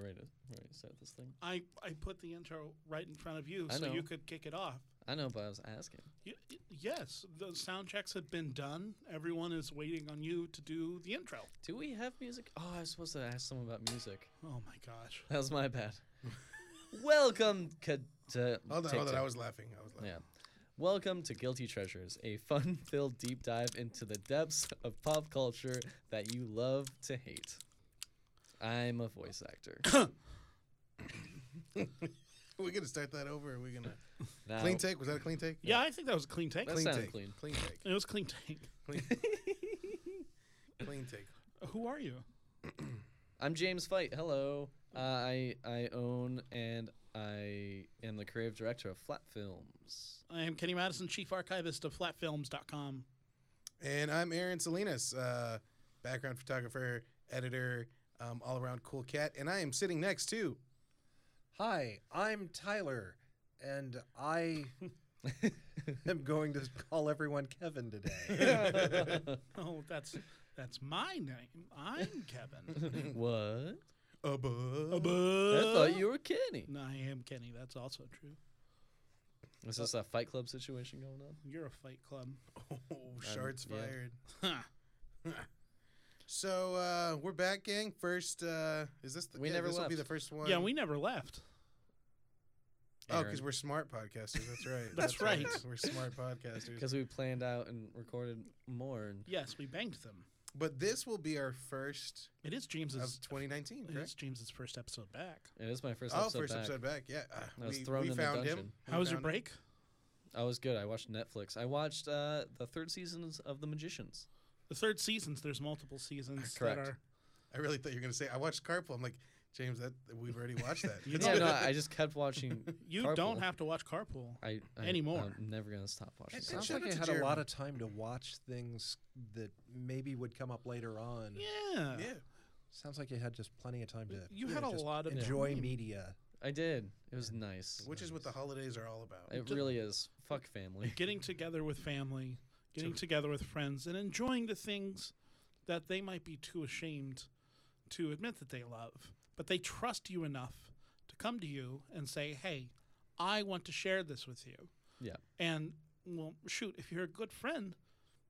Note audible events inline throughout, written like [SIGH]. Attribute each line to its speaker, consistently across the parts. Speaker 1: uh, start this thing?
Speaker 2: I, I put the intro right in front of you
Speaker 1: I
Speaker 2: so
Speaker 1: know.
Speaker 2: you could kick it off.
Speaker 1: I know, but I was asking.
Speaker 2: Y- y- yes, the sound checks have been done. Everyone is waiting on you to do the intro.
Speaker 1: Do we have music? Oh, I was supposed to ask someone about music. [LAUGHS]
Speaker 2: Oh my gosh.
Speaker 1: That was my
Speaker 3: [LAUGHS]
Speaker 1: bad. Welcome ca- to.
Speaker 3: Hold on,
Speaker 1: take
Speaker 3: hold on.
Speaker 1: two.
Speaker 3: I was laughing. I was laughing.
Speaker 1: Yeah. Welcome to Guilty Treasures, a fun filled deep dive into the depths of pop culture that you love to hate. I'm a voice
Speaker 3: [COUGHS]
Speaker 1: actor.
Speaker 3: We're gonna start that over. Or we're gonna
Speaker 1: Now,
Speaker 3: clean take. Was that a clean take?
Speaker 2: Yeah, I think that was a clean take.
Speaker 1: Uh, That
Speaker 3: clean
Speaker 1: sounded
Speaker 3: take.
Speaker 1: clean.
Speaker 3: Clean take.
Speaker 2: it was a clean take.
Speaker 3: Clean. clean take.
Speaker 2: [LAUGHS] Who are you?
Speaker 1: I'm James Fight. Hello. Uh, I I own and I am the creative director of Flat
Speaker 3: [LAUGHS]
Speaker 1: Films.
Speaker 2: I am Kenny Madison, chief archivist of flatfilms.com.
Speaker 3: And I'm Aaron Salinas, uh, background photographer, editor, um, all around cool cat. And I am sitting next to.
Speaker 4: Hi, I'm Tyler, and I am going to call everyone Kevin today.
Speaker 2: Oh, that's that's my name. [LAUGHS] I'm Kevin.
Speaker 1: what?
Speaker 3: Above.
Speaker 1: I thought you were kidding.
Speaker 2: no, I am Kenny. That's also true.
Speaker 1: Is this a Fight Club situation going on?
Speaker 2: You're a fight club. [LAUGHS]
Speaker 3: Oh, shards
Speaker 1: Um, yeah.
Speaker 3: fired.
Speaker 2: Huh.
Speaker 3: So uh, we're back, gang. First, uh, is this the?
Speaker 1: We
Speaker 3: yeah,
Speaker 1: never
Speaker 3: This will be
Speaker 1: left.
Speaker 3: the first one.
Speaker 2: Yeah, we never left.
Speaker 3: Oh,
Speaker 1: Aaron.
Speaker 3: because we're smart podcasters. That's right.
Speaker 2: [LAUGHS] That's right.
Speaker 3: We're
Speaker 1: [LAUGHS]
Speaker 3: smart podcasters.
Speaker 1: Because we planned out and recorded more. And
Speaker 2: Yes, we banged them.
Speaker 3: But this will be our first
Speaker 2: It is
Speaker 3: of
Speaker 2: James's
Speaker 3: 2019,
Speaker 2: it is
Speaker 3: correct?
Speaker 2: James's first episode back.
Speaker 1: it is my first
Speaker 3: Oh,
Speaker 1: episode
Speaker 3: first
Speaker 1: back.
Speaker 3: episode back. Yeah, uh,
Speaker 1: I was
Speaker 3: we,
Speaker 1: thrown
Speaker 3: we
Speaker 1: in the
Speaker 3: found
Speaker 1: dungeon.
Speaker 3: him. We
Speaker 2: How was your
Speaker 3: found-
Speaker 2: break?
Speaker 1: I was good. I watched Netflix. I watched uh, the third seasons of The Magicians.
Speaker 2: The third seasons, there's multiple seasons
Speaker 1: Correct.
Speaker 2: that are
Speaker 3: I really thought you were gonna say I watched Carpool. I'm like James, that we've already
Speaker 2: [LAUGHS]
Speaker 3: watched that.
Speaker 1: Yeah, no, I just kept
Speaker 3: [LAUGHS]
Speaker 1: watching.
Speaker 2: you
Speaker 1: Carpool.
Speaker 2: don't have to watch Carpool.
Speaker 1: I, I
Speaker 2: anymore.
Speaker 1: I'm never gonna stop watching.
Speaker 3: It's-
Speaker 1: Carpool.
Speaker 4: Sounds
Speaker 3: shout
Speaker 4: like
Speaker 3: out
Speaker 4: I
Speaker 3: to
Speaker 4: had a lot
Speaker 3: Jeremy.
Speaker 4: of time to watch things that maybe would come up later on.
Speaker 2: yeah.
Speaker 3: yeah,
Speaker 4: Sounds like you had just plenty of time to
Speaker 2: You
Speaker 4: yeah,
Speaker 2: had a
Speaker 4: just
Speaker 2: lot of
Speaker 4: enjoy
Speaker 2: time.
Speaker 4: media.
Speaker 1: I did. It was nice.
Speaker 3: which is what the holidays are all about.
Speaker 1: It really is. Fuck
Speaker 3: [LAUGHS]
Speaker 1: family.
Speaker 2: Getting together with family, getting together with friends, and enjoying the things that they might be too ashamed to admit that they love. But they trust you enough to come to you and say, Hey, I want to share this with you.
Speaker 1: Yeah.
Speaker 2: And well, shoot, if you're a good friend,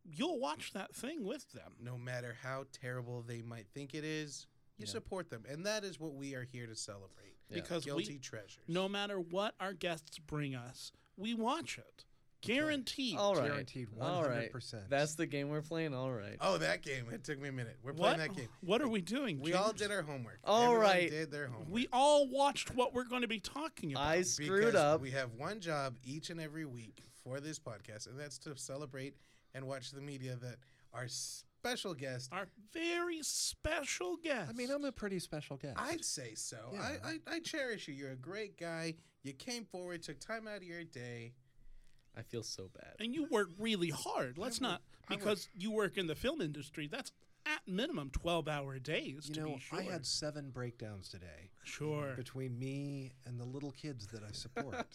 Speaker 2: you'll watch that thing with them.
Speaker 3: No matter how terrible they might think it is, you support them, and that is what we are here to celebrate.
Speaker 1: Yeah.
Speaker 2: Because
Speaker 3: guilty
Speaker 2: we,
Speaker 3: treasures.
Speaker 2: no matter what our guests bring us, we watch it. Guaranteed.
Speaker 1: All right.
Speaker 4: Guaranteed
Speaker 1: All right.
Speaker 4: 100%.
Speaker 1: That's the game we're playing. All right.
Speaker 3: Oh, that game. It took me a minute. We're
Speaker 2: What?
Speaker 3: playing
Speaker 2: [LAUGHS]
Speaker 3: that game.
Speaker 2: What are we doing?
Speaker 3: We
Speaker 2: James?
Speaker 3: all did our homework.
Speaker 1: All
Speaker 3: Everyone
Speaker 1: right.
Speaker 3: did their homework.
Speaker 2: We all watched what we're going to be talking about.
Speaker 1: I screwed
Speaker 3: because
Speaker 1: up.
Speaker 3: We have one job each and every week for this podcast, and that's to celebrate and watch the media that our special guest.
Speaker 2: Our very special guest.
Speaker 4: I mean, I'm a pretty special guest.
Speaker 3: I'd say so.
Speaker 4: Yeah.
Speaker 3: I, I I cherish you. You're a great guy. You came forward, took time out of your day.
Speaker 1: I feel so bad.
Speaker 2: and you work really hard. Let's not because you work in the film industry. That's at minimum twelve hour days.
Speaker 4: you
Speaker 2: to
Speaker 4: know,
Speaker 2: be sure.
Speaker 4: I had seven breakdowns today
Speaker 2: sure.
Speaker 4: between me and the little kids that I support.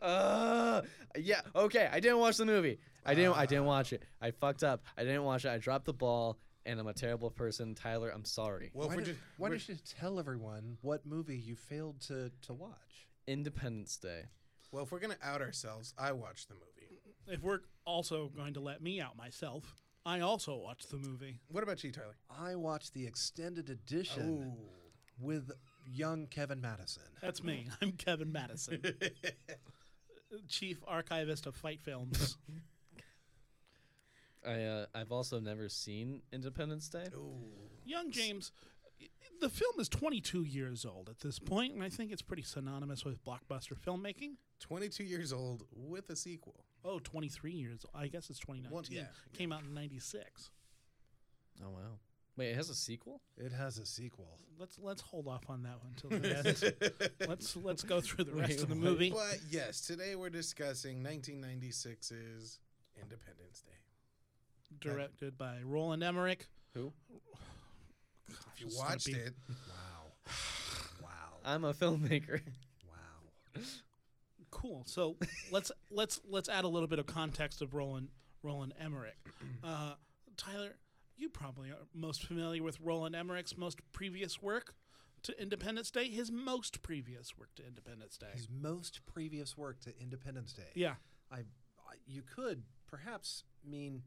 Speaker 1: Uh, yeah. Okay. I didn't watch the movie. I didn't. I didn't watch it. I fucked up. I didn't watch it. I dropped the ball, and I'm a terrible person. Tyler, I'm sorry.
Speaker 3: Well,
Speaker 4: why
Speaker 3: if we're
Speaker 4: don't-
Speaker 3: just
Speaker 4: why
Speaker 3: we're-
Speaker 4: don't you tell everyone what movie you failed to, to watch?
Speaker 1: Independence Day.
Speaker 3: well, if we're gonna out ourselves, I watched the movie.
Speaker 2: If we're also going to let me out myself, I also watched the movie.
Speaker 3: What about you, Tyler?
Speaker 4: I watched the extended edition with young Kevin Madison.
Speaker 2: That's me. [LAUGHS] I'm Kevin
Speaker 3: [LAUGHS]
Speaker 2: Madison, chief archivist of Fight
Speaker 3: [LAUGHS]
Speaker 2: Films.
Speaker 1: I uh, I've also never seen Independence Day.
Speaker 2: Young James, the film is 22 years old at this point, and I think it's pretty synonymous with blockbuster filmmaking.
Speaker 3: 22 years old with a sequel.
Speaker 2: Oh, 23 years old. I guess it's 2019.
Speaker 3: Well, yeah,
Speaker 2: Came out in 96.
Speaker 1: Oh wow. Wait, it has a sequel.
Speaker 4: It has a sequel.
Speaker 2: Let's let's hold off on that one till
Speaker 3: [LAUGHS]
Speaker 2: the end. let's let's go through the rest of the
Speaker 1: what?
Speaker 2: movie.
Speaker 3: But yes, today we're discussing 1996's Independence Day.
Speaker 2: Directed by Roland Emmerich.
Speaker 1: Who?
Speaker 3: If you
Speaker 2: It's gonna
Speaker 3: watched
Speaker 2: be-
Speaker 3: it,
Speaker 4: Wow. [SIGHS] Wow.
Speaker 1: I'm a filmmaker.
Speaker 4: Wow.
Speaker 2: Cool.
Speaker 4: [LAUGHS]
Speaker 2: So let's let's let's add a little bit of context of Roland Roland Emmerich. Uh, Tyler, you probably are most familiar with Roland Emmerich's most previous work, to Independence Day. His most previous work to Independence Day.
Speaker 4: His most previous work to Independence Day.
Speaker 2: yeah,
Speaker 4: I, I you could perhaps mean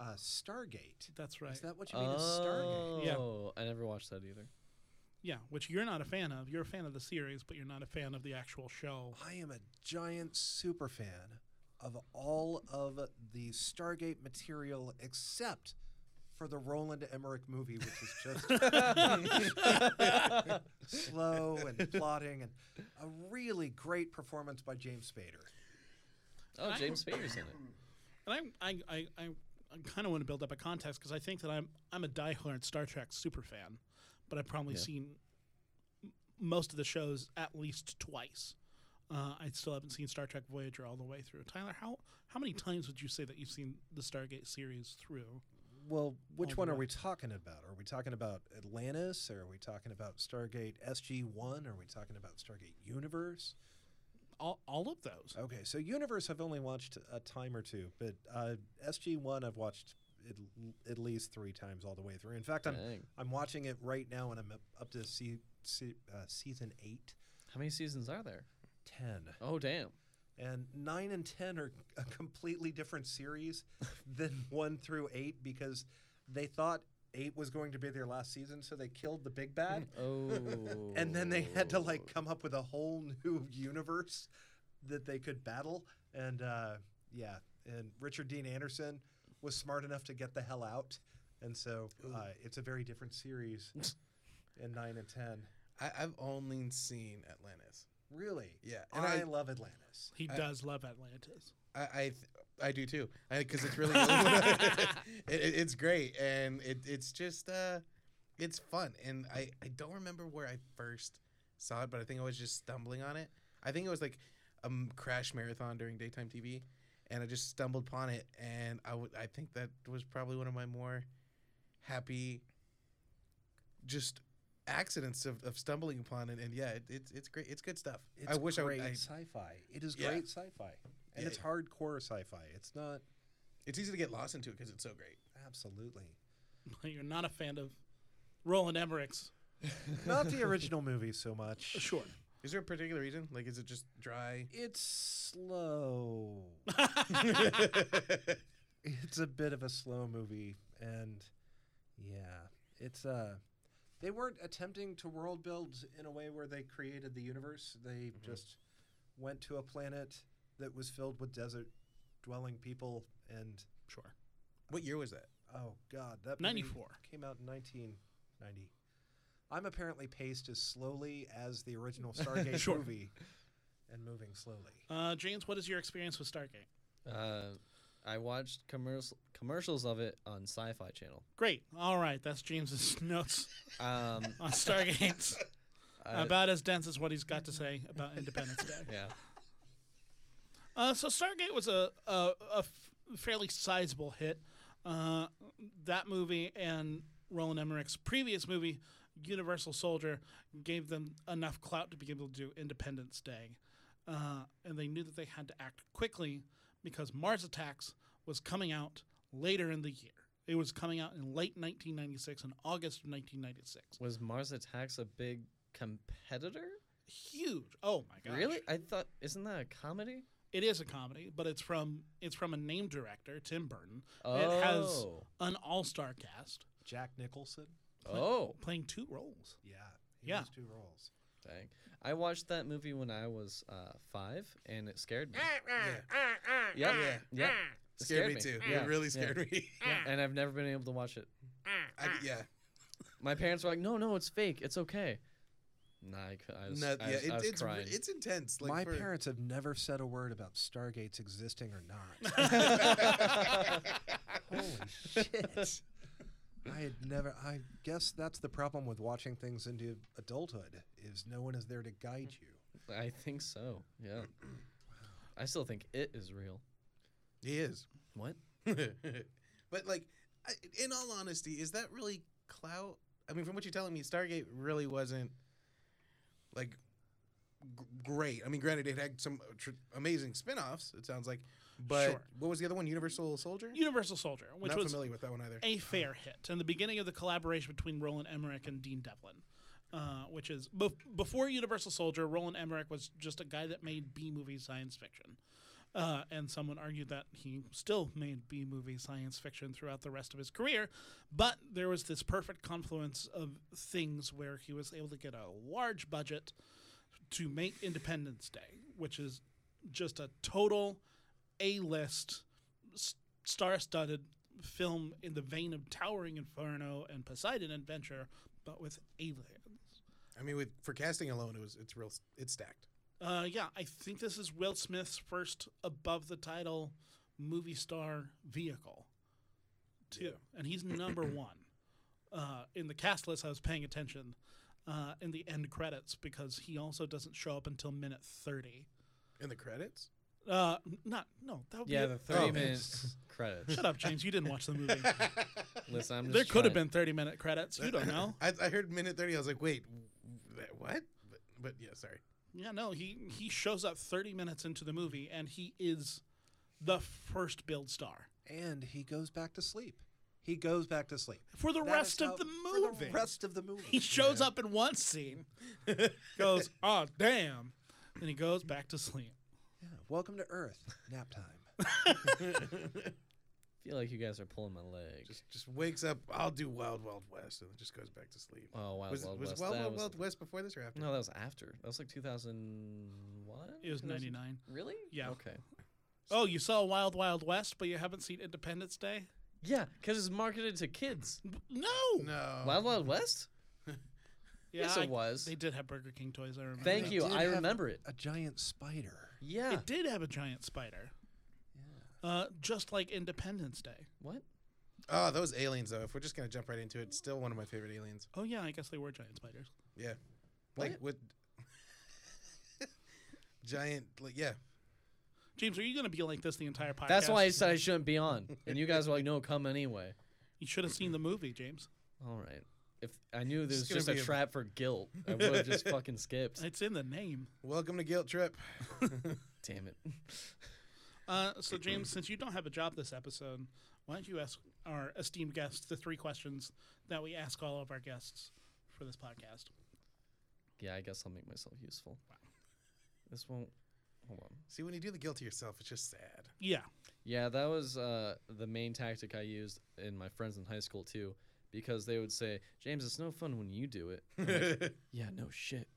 Speaker 4: uh, Stargate.
Speaker 2: that's right.
Speaker 4: Is that [LAUGHS] what you mean? Is Stargate?
Speaker 2: Yeah.
Speaker 1: Oh, I never watched that either.
Speaker 2: yeah, which you're not a fan of. You're a fan of the series, but you're not a fan of the actual show.
Speaker 4: I am a giant super fan of all of the Stargate material except for the Roland Emmerich movie, which is just [LAUGHS] [LAUGHS] slow and plotting and a really great performance by James Spader.
Speaker 1: Oh,
Speaker 2: I-
Speaker 1: James Spader's in it.
Speaker 2: And I'm, I, I, I, I kind of want to build up a context because I think that I'm, I'm a diehard Star Trek super fan, but I've probably
Speaker 1: Yeah.
Speaker 2: seen m- most of the shows at least twice. Uh, I still haven't seen Star Trek Voyager all the way through. Tyler, how how many times would you say that you've seen the Stargate series through?
Speaker 4: Well, which
Speaker 2: All
Speaker 4: one are
Speaker 2: right.
Speaker 4: we talking about? Are we talking about Atlantis? Or are we talking about Stargate SG One? Are we talking about Stargate Universe?
Speaker 2: All, all of those.
Speaker 4: Okay, so Universe I've only watched a time or two, but uh, SG One I've watched at, l- at least three times all the way through. In fact, I'm
Speaker 1: Dang.
Speaker 4: I'm watching it right now, and I'm up, up to see, see, uh, season eight,
Speaker 1: How many seasons are there?
Speaker 4: ten,
Speaker 1: Oh, damn.
Speaker 4: and nine and ten are a completely different series than one through eight because they thought eight was going to be their last season, so they killed the big bad.
Speaker 1: Oh.
Speaker 4: [LAUGHS] and then they had to like come up with a whole new universe that they could battle and uh, yeah and richard dean anderson was smart enough to get the hell out and so uh, it's a very different series in 9 and 10
Speaker 3: I, I've only seen Atlantis.
Speaker 4: really
Speaker 3: Yeah, and
Speaker 4: I,
Speaker 3: I-
Speaker 4: love atlantis
Speaker 2: He
Speaker 3: I-
Speaker 2: does love Atlantis. [LAUGHS]
Speaker 3: I I, th- I do too because it's really, it, [LAUGHS] it- it's great and it, it's just uh, it's fun and I I don't remember where I first saw it but I think I was just stumbling on it. I think it was like a m- crash marathon during daytime TV, and I just stumbled upon it and I would I think that was probably one of my more happy just accidents of, of stumbling upon it and yeah it, it's it's great it's good stuff.
Speaker 4: it's
Speaker 3: I wish I would.
Speaker 4: great
Speaker 3: I,
Speaker 4: sci-fi it is
Speaker 3: Yeah.
Speaker 4: great sci-fi and
Speaker 3: Yeah.
Speaker 4: it's hardcore sci-fi it's not
Speaker 3: it's easy to get lost into it because it's so great.
Speaker 4: absolutely
Speaker 2: You're not a fan of Roland Emmerich's.
Speaker 4: not the original
Speaker 3: [LAUGHS]
Speaker 4: movie so much
Speaker 2: Sure.
Speaker 3: Is there a particular reason? Like, is it just
Speaker 1: [LAUGHS]
Speaker 3: dry? [LAUGHS]
Speaker 4: it's slow it's a bit of a slow movie and yeah it's uh they weren't attempting to world build in a way where they created the universe they
Speaker 3: Mm-hmm.
Speaker 4: just went to a planet that was filled with desert dwelling people and
Speaker 2: Sure.
Speaker 3: What year was that?
Speaker 4: oh god that movie
Speaker 2: 94.
Speaker 4: came out in 1990 i'm apparently paced as slowly as
Speaker 2: [LAUGHS]
Speaker 4: the original stargate
Speaker 2: Sure.
Speaker 4: movie and moving slowly
Speaker 2: Uh, James, what is your experience with Stargate?
Speaker 1: Uh, I watched commercial commercials of it on Sci-Fi Channel.
Speaker 2: Great. All right. That's James's [LAUGHS] notes
Speaker 3: [LAUGHS]
Speaker 1: Um,
Speaker 2: on Stargate.
Speaker 1: [LAUGHS] I-
Speaker 2: about as dense as what he's got to say about Independence Day.
Speaker 1: [LAUGHS] yeah.
Speaker 2: Uh, so Stargate was a, a, a f- fairly sizable hit. Uh, that movie and Roland Emmerich's previous movie, Universal Soldier, gave them enough clout to be able to do Independence Day. Uh, and they knew that they had to act quickly because Mars Attacks was coming out later in the year. It was coming out in late 1996 and August of 1996.
Speaker 1: Was Mars Attacks a big competitor?
Speaker 2: Huge. Oh my gosh.
Speaker 1: Really? I thought isn't that a comedy?
Speaker 2: It is a comedy, but it's from it's from a name director, Tim Burton. It has
Speaker 1: Oh.
Speaker 2: an all-star cast
Speaker 4: jack nicholson
Speaker 1: Oh,
Speaker 2: playing two roles.
Speaker 4: yeah he
Speaker 2: Yeah.
Speaker 4: has two roles
Speaker 1: dang! I watched that movie when I was uh, five, and it
Speaker 3: [LAUGHS]
Speaker 1: scared me. Yep.
Speaker 3: Yeah.
Speaker 1: Yep. It
Speaker 3: Scared, me too.
Speaker 1: Yeah,
Speaker 3: It really
Speaker 1: yeah.
Speaker 3: scared me.
Speaker 1: And I've never been able to watch it.
Speaker 3: [LAUGHS] I, yeah.
Speaker 1: My parents were like, "No, no, it's fake. It's okay." Nah, I, c- I was,
Speaker 3: No,
Speaker 1: I
Speaker 3: yeah.
Speaker 1: was, I was
Speaker 3: It, it's re-
Speaker 1: crying.
Speaker 3: it's intense. Like
Speaker 4: My
Speaker 3: for-
Speaker 4: parents have never said a word about Stargate's existing or
Speaker 2: [LAUGHS]
Speaker 4: not.
Speaker 3: [LAUGHS]
Speaker 4: Holy shit. I had never I guess that's the problem with watching things into adulthood is no one is there to guide
Speaker 2: Mm-hmm.
Speaker 4: you.
Speaker 1: I think so. Yeah. I still think it is real.
Speaker 3: He is. [LAUGHS]
Speaker 1: What?
Speaker 3: but like, I, in all honesty, is that really clout? I mean, from what you're telling me, Stargate really wasn't like g- great. I mean, granted, it had some tr- amazing spin-offs. It sounds like, but
Speaker 2: Sure.
Speaker 3: what was the other one? Universal Soldier.
Speaker 2: Universal Soldier, which
Speaker 3: Not
Speaker 2: was
Speaker 3: familiar with that one either.
Speaker 2: a fair hit and the beginning of the collaboration between Roland Emmerich and Dean Devlin, uh, which is bef before Universal Soldier, Roland Emmerich was just a guy that made B movie science fiction. Uh, and someone argued that he still made B movie science fiction throughout the rest of his career, but there was this perfect confluence of things where he was able to get a large budget to make Independence Day, which is just a total A list, star studded film in the vein of Towering Inferno and Poseidon Adventure, but with aliens.
Speaker 3: I mean, with for casting alone, it was it's real it's stacked.
Speaker 2: Uh, yeah, I think this is Will Smith's first above the title movie star vehicle, too, and he's
Speaker 1: [CLEARS THROAT]
Speaker 2: number one uh, in the cast list. I was paying attention uh, in the end credits because he also doesn't show up until minute thirty.
Speaker 3: In the credits,
Speaker 2: Uh, n- not no, that would
Speaker 1: Yeah,
Speaker 2: be
Speaker 1: the
Speaker 2: a-
Speaker 1: thirty
Speaker 3: Oh.
Speaker 1: minutes credits.
Speaker 2: Shut up, James. You didn't watch
Speaker 1: [LAUGHS]
Speaker 2: the movie.
Speaker 1: Listen, I'm just
Speaker 2: there could have
Speaker 1: trying-
Speaker 2: been thirty-minute credits. You don't know.
Speaker 3: [LAUGHS] I, I heard minute thirty. I was like, wait, wh- what? But, but yeah, sorry.
Speaker 2: Yeah, no, he he shows up 30 minutes into the movie and he is the first build star
Speaker 4: And he goes back to sleep. He goes back to sleep.
Speaker 2: for the
Speaker 4: That
Speaker 2: rest
Speaker 4: is
Speaker 2: of
Speaker 4: how-
Speaker 2: the
Speaker 4: For
Speaker 2: movie.
Speaker 4: the rest of the movie.
Speaker 2: he shows up in one
Speaker 4: [LAUGHS]
Speaker 2: scene, goes, "Oh damn," and he goes back to sleep.
Speaker 4: Yeah. Welcome to Earth. Nap time.
Speaker 1: I feel like you guys are pulling my leg.
Speaker 3: Just just wakes up. I'll do Wild Wild West, and then just goes back to sleep.
Speaker 1: oh, Wild
Speaker 3: was
Speaker 1: Wild
Speaker 3: was
Speaker 1: West.
Speaker 3: Wild
Speaker 1: that
Speaker 3: Wild,
Speaker 1: was-
Speaker 3: Wild West before this or after?
Speaker 1: No, that was after. That was like 2001.
Speaker 2: It was 99.
Speaker 1: Really?
Speaker 2: Yeah.
Speaker 1: Okay.
Speaker 2: Oh, you saw Wild Wild West, but you haven't seen Independence Day?
Speaker 1: Yeah, because it's marketed to kids.
Speaker 2: No.
Speaker 3: No.
Speaker 1: Wild Wild West?
Speaker 2: Yeah,
Speaker 1: yes, it
Speaker 2: I-
Speaker 1: was.
Speaker 2: They did have Burger King toys. I remember.
Speaker 1: Thank
Speaker 2: that.
Speaker 1: you.
Speaker 4: did
Speaker 1: I
Speaker 4: have
Speaker 1: remember it.
Speaker 4: A giant spider.
Speaker 1: Yeah.
Speaker 2: It did have a giant spider, uh, just like Independence Day.
Speaker 1: What?
Speaker 3: Oh, those aliens though. If we're just gonna jump right into it, still one of my favorite aliens.
Speaker 2: Oh yeah, I guess they were giant spiders.
Speaker 3: Yeah.
Speaker 1: What?
Speaker 3: Like with [LAUGHS] giant. Like yeah.
Speaker 2: James, are you going to be like this the entire podcast?
Speaker 1: That's why I said I shouldn't be on. And you guys were like, no, come anyway.
Speaker 2: you should have seen the movie, James.
Speaker 1: All right. If I knew there
Speaker 3: This
Speaker 1: was
Speaker 3: is gonna
Speaker 1: just a
Speaker 3: be a-
Speaker 1: trap for guilt, I would have just fucking skipped.
Speaker 2: It's in the name.
Speaker 3: Welcome to
Speaker 1: [LAUGHS]
Speaker 3: Guilt Trip.
Speaker 1: Damn it.
Speaker 2: Uh, so, James, since you don't have a job this episode, why don't you ask our esteemed guests the three questions that we ask all of our guests for this podcast?
Speaker 1: Yeah, I guess I'll make myself useful. This won't. Hold on.
Speaker 3: See, when you do the guilt to yourself, it's just sad.
Speaker 2: Yeah.
Speaker 1: Yeah, that was uh, the main tactic I used in my friends in high school too, because they would say, "James, it's no fun when you do it." I'm like, yeah, no shit.